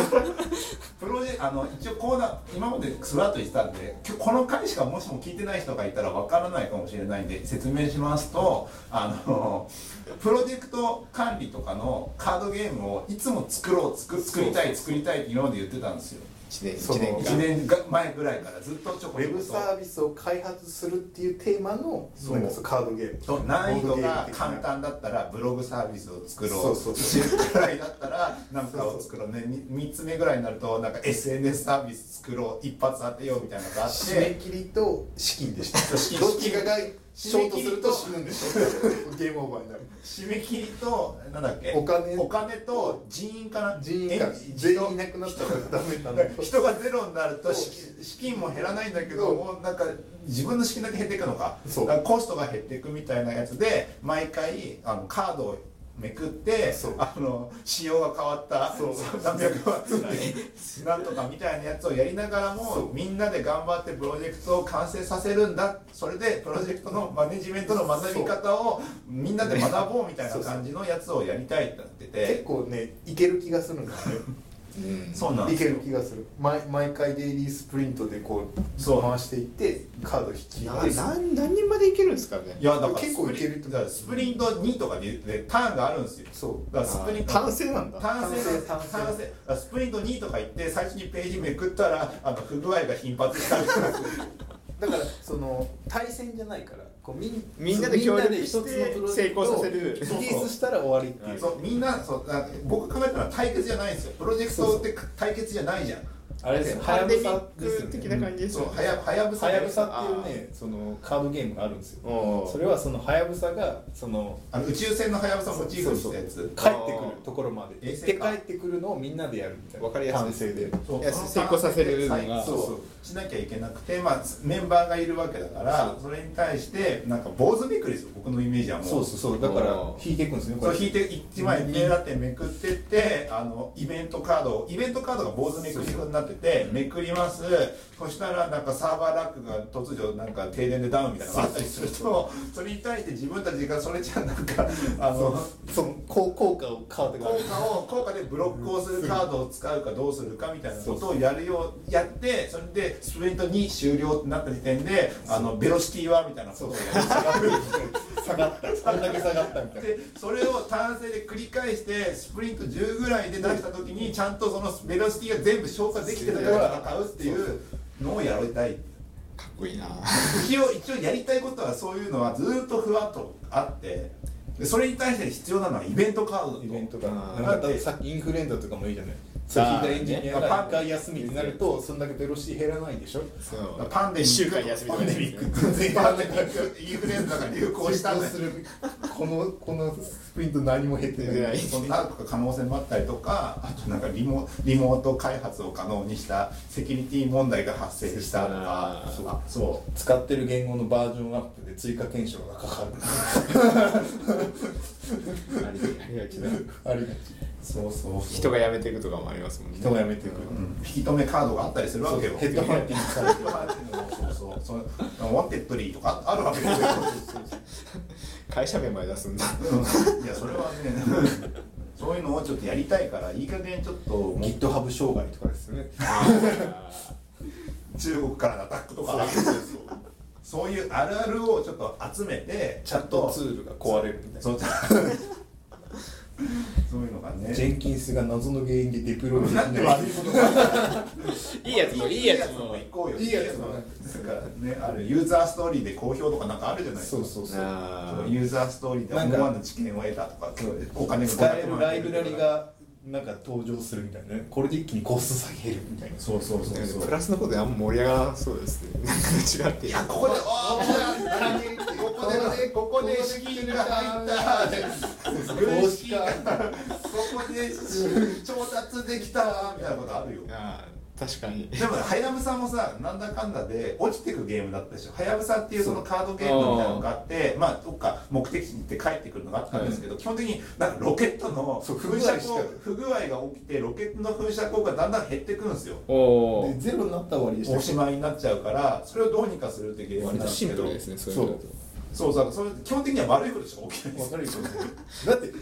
プロジェあの一応コーナー今までスラッと言ってたんで今日この回しかもしも聞いてない人がいたらわからないかもしれないんで説明しますとあのプロジェクト管理とかのカードゲームをいつも作ろう作作りたい作りたいって今まで言ってたんですよ
1年
その
1
1
年間
年が前ぐらいからずっとちょ
ウ
こちょ
ェ
こ
ブサービスを開発するっていうテーマの
そう
なんかそうカードゲーム
と難易度が
ボードゲーム的な
簡単だったらブログサービスを作ろう
そうそう
一年くらいだったらなんかを作ろうね3つ目ぐらいになるとなんか SNS サービス作ろう一発当てようみたいなのがあって
締め切りと資金でした
資金
どっちかがショートすると死
締
ぬんでしょゲームオーバーになる
締め切りとなんだっけ
お金
お金と人員かな
人員が
え
全員いなくなったらダメなんだけど
人がゼロになると資金資金も減らないんだけど
そう
もうなんか自分の資金だけ減っていくのか
そう
だからコストが減っていくみたいなやつで毎回あのカードをめくって
そう
あの仕様が変わった
そう
何百ワットでなんとかみたいなやつをやりながらもみんなで頑張ってプロジェクトを完成させるんだそれでプロジェクトのマネジメントの学び方をみんなで学ぼうみたいな感じのやつをやりたいってなって
結
て
構ねいける気がするんだよ
うん
そうなんで
ねい
す
け
よ
る気がする毎毎回デイリースプリントでこ
そう
う回していってカード引き
な
入れて
何何人までいけるんですかね
いやだから
結構いける
だからスプリント2とかででターンがあるんですよ
そう
だからスプリント
単成なんだ
単成単
単
成
成
単成だからスプリント2とか言って最初にページめくったらあの不具合が頻発したりとか
だからその対戦じゃないからこうみん
みんなで協力して
みんなで一つのプロジェクト
成
を
功させる
リリースしたら終わりっていう
そうみんなそうあ僕考えたら対決じゃないんですよプロジェクトって対決じゃないじゃん
あれですよ
パンデミッ
ですよ
ク
ね
的な感じです
そう
よ
はやはやぶさ
は
で
やぶさっていうねそのカードゲームがあるんですよ
おー
それはそのはやぶさがその
あの宇宙船のはやぶさをモチーフにしたやつ
帰ってくるところまで
衛
行っ
星
て
か
帰ってくるのをみんなでやるみたいな
わかりやすい
完成で
そう
いや
その
成功させる
単成
のが
そう
そう
しなきゃいけなくて、まあ、メンバーがいるわけだからそれに対してなんか坊主めくりですよ僕のイメージはもう
そうそうそうだから引いていくんですねこ
そ
れ
う引いて一枚目だってめくってってあのイベントカードをイベントカードが坊主めくり風になっててめくりますそしたらなんかサーバーラックが突如なんか停電でダウンみたいなのがあったりするとそれに対して自分たちがそれじゃなん かあの
そのこう効果をカードがあ
効
る
果を効果でブロックをするカードを使うかどうするかみたいなことをやるようやってそれでスプリント2終了ってなった時点であのベロシティはみたいなことをやる
下がったあんだけ下がったみたいな
でそれを単成で繰り返してスプリント10ぐらいで出した時にちゃんとそのベロシティが全部消化できてたから戦うっていうのをやりたい
かっこいいな
一応一応やりたいことはそういうのはずっとふわっとあってでそれに対して必要なのはイベントカードだ
イベン
と
トが
あー
なんかさっきインフルエンザとかもいいじゃないそう
あー
引いたエンジニア
ね
が一回休みになるとそんだけベロシティ減らないでしょ
そう
パンデミック
一週間休みと
パ
か
ン
ね
デミック全然パンデミックインフルエンザが流行したんだ
するこのこのスプリント何も減って
出て
な
ないい
そんなとか可能性もあったりとかあとなんかリモリモート開発を可能にしたセキュリティ問題が発生したとか
あー
あそう
使ってる言語のバージョンアップで追加検証がかかる
ありありがちだ
ありがち
そうそうそう
人が辞めていくとかもありますもんね
人がやめていく
うん、引き止めカードがあったりするわけよ
ヘッドハンティングされ
ヘッドハンティングもそうそうそのワンテッドリーとかあるわけですよ
会社名前出すんだ
いやそれはね そういうのをちょっとやりたいからいい加減ちょっと
GitHub 障害とかですよね
中国からのアタックとかそういうあるあるをちょっと集めて
チャットツールが壊れるみたいな
そうそういうのがねね
ジェンキンスが謎の原因でデプロイでき
なんで
ない
悪いことが
いいやつもいいやつも
行こうよ
いいやつも
なんかねあるユーザーストーリーで好評とかなんかあるじゃないです
そ
か
うそうそう
そ
あ
のユーザーストーリーで思わぬ知見を得たとか
そう
お金が
使えるライブラリがなんか登場するみたいなねこれで一気にコスト下げるみたいな
そうそうそうそ
あ
う
プラスの方であんま盛り上がらなそうですねなんか違って
いやここでああここでねここで資金が入った
投資家
そこで調達できたみたいなことあるよ
ああ確かに
でもはやぶさもさなんだかんだで落ちてくゲームだったでしょはやぶさっていうそのカードゲームみたいなのがあってまあどっか目的地に行って帰ってくるのがあったんですけど、基本的になんかロケットの
そう
噴射
不具合
口
してる
不具合が起きてロケットの噴射口がだんだん減ってくるんですよ
お
でゼロになった終わりでした
おしまいになっちゃうからそれをどうにかするってゲームなん
割と
です
シン
け
プ
ど
ルですねそういうのだと
そうそうそれ基本的には悪いことしか起きないです
悪いことだって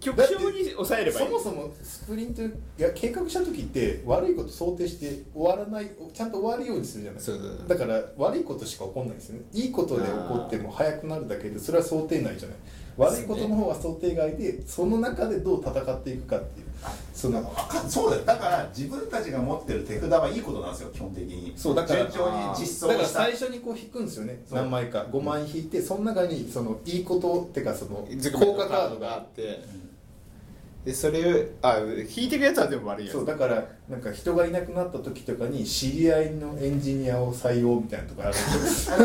局所に抑えればい
そ
い
もそもスプリントいや計画した時って悪いこと想定して終わらないちゃんと終わるようにするじゃないです
そうそうそう
かだから悪いことしか起こんないんですよねいいことで起こっても早くなるだけでそれは想定内じゃない悪いことの方は想定外でその中でどう戦っていくかっていうその
あかそうだよだから自分たちが持ってる手札はいいことなんですよ基本的に
そうだから
順調に実
だか
装
ら
した
最初にこう引くんですよね
そう
何枚か5枚引いてその中にそのいいことってかその効
効果
果カ
カ
ー
ー
ド
ド
が
が
あ
あ
っ
っててでそれをあ引いてくやつはでも悪いやつ
そうだからなんか人がいなくなった時とかに知り合いのエンジニアを採用みたいなとこあるんですよ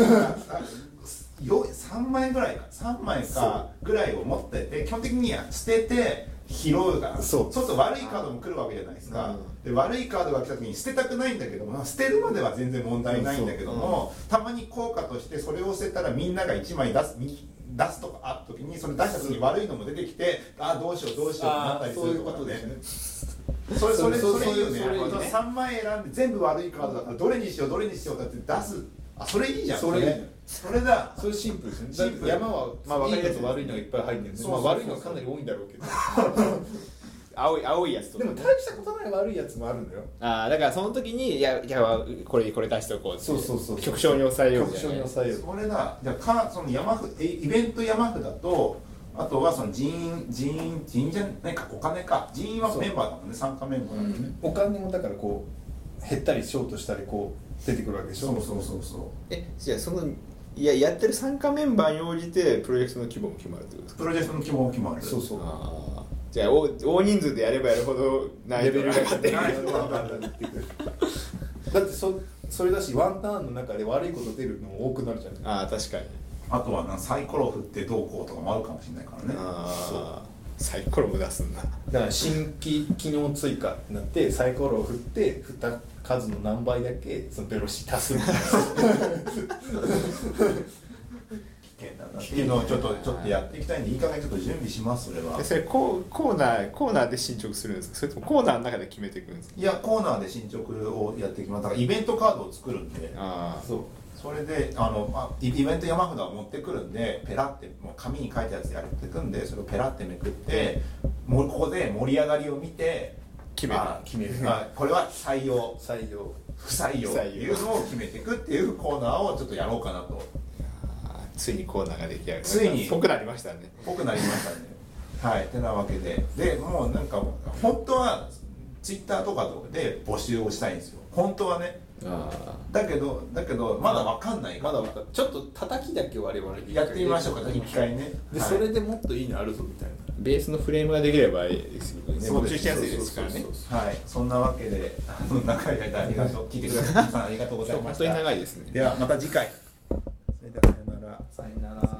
よ3枚ぐらいか3枚かぐらいを持ってて基本的には捨てて拾うから
そう
すると悪いカードも来るわけじゃないですか、
う
で悪いカードが来た時に捨てたくないんだけどもまあ捨てるまでは全然問題ないんだけども、たまに効果としてそれを捨てたらみんなが1枚出すみ出すとかあった時にそれ出した時に悪いのも出てきてああどうしようどうしようってなったりするとかねそれそれ
そう
それいいよね
そうそうそう
3枚選んで全部悪いカードだからどれにしようどれにしようかって出すあそれいいじゃん
それ
それだ
それシンプルですね
シンプル
だって山は、
まあわか
い
り
いや
や
つ
すい
悪いのがいっぱい入ってるんです
そうそう
まあ、悪いのはかなり多いんだろうけど
青い青いやつと
で
か
も大したことない悪いやつもあるんだよ
ああだからその時にいやいやこれこれ出しとこうって
そうそうそう
局所に抑えようみたい
局所に
な
抑えよう
それだじゃあかその山札えイベント山札とあとはその人員人員人員じゃないかお金か人員は
そう
メンバーだもんね参加メンバーだもんね、
お金もだからこう減ったりショートしたりこう出てくるわけでしょ
そうそうそうそ
えじゃあそのいややってる参加メンバーに応じてプロジェクトの規模も決まるってことです
う
か
プロジェクトの規模も決まる
そうそう
ああじゃあ大大人数でやればやるほど難易度が上がって
ないそうなんだ
だってそそれだしワンターンの中で悪いこと出るのも多くなるじゃない
ああ確かに
あとはなサイコロ振ってどうこうとかもあるかもしれないからね
ああサイコロも出すんだ
だから新規機能追加になってサイコロを振って振った数の何倍だけそのベロシ足すみたいな
危険だなっていうのをちょっとちょっとやっていきたいんでいい加減ちょっと準備しますそれは
えそれコーコーナーコーナーで進捗するんですかそれともコーナーの中で決めていくんですか
いやコーナーで進捗をやっていきますだからイベントカードを作るんで
ああ
そう
それであの、まあ、イイベント山札を持ってくるんでペラってもう紙に書いたやつやってくんでそれをペラってめくってもうここで盛り上がりを見て
決める
あ
決める
あこれは採用
採用
不採用っ
不
て
採用
いうのを決めていくっていうコーナーをちょっとやろうかなと
ああついにコーナーが出来上がる
ついに
ぽくなりましたね
ぽくなりましたね はいてなわけででもうなんか本当はツイッターとかで募集をしたいんですよ本当はね
あ
だけどだけどまだわかんないから
まだわかるちょっと叩きだけ我々
やってみましょうか一回ね
で
はい
それでもっといいのあるぞみたいな
ーベースのフレームができればいいですよね
そ
募
うです
集しやすいですからね
そうそうそう
はい、そんなわけで、あの長い間ありがとう、聞いてください。皆さんありがとうございま
本
し
当に
た。
長いですね
では、また次回。それでは、さよなら。
さよなら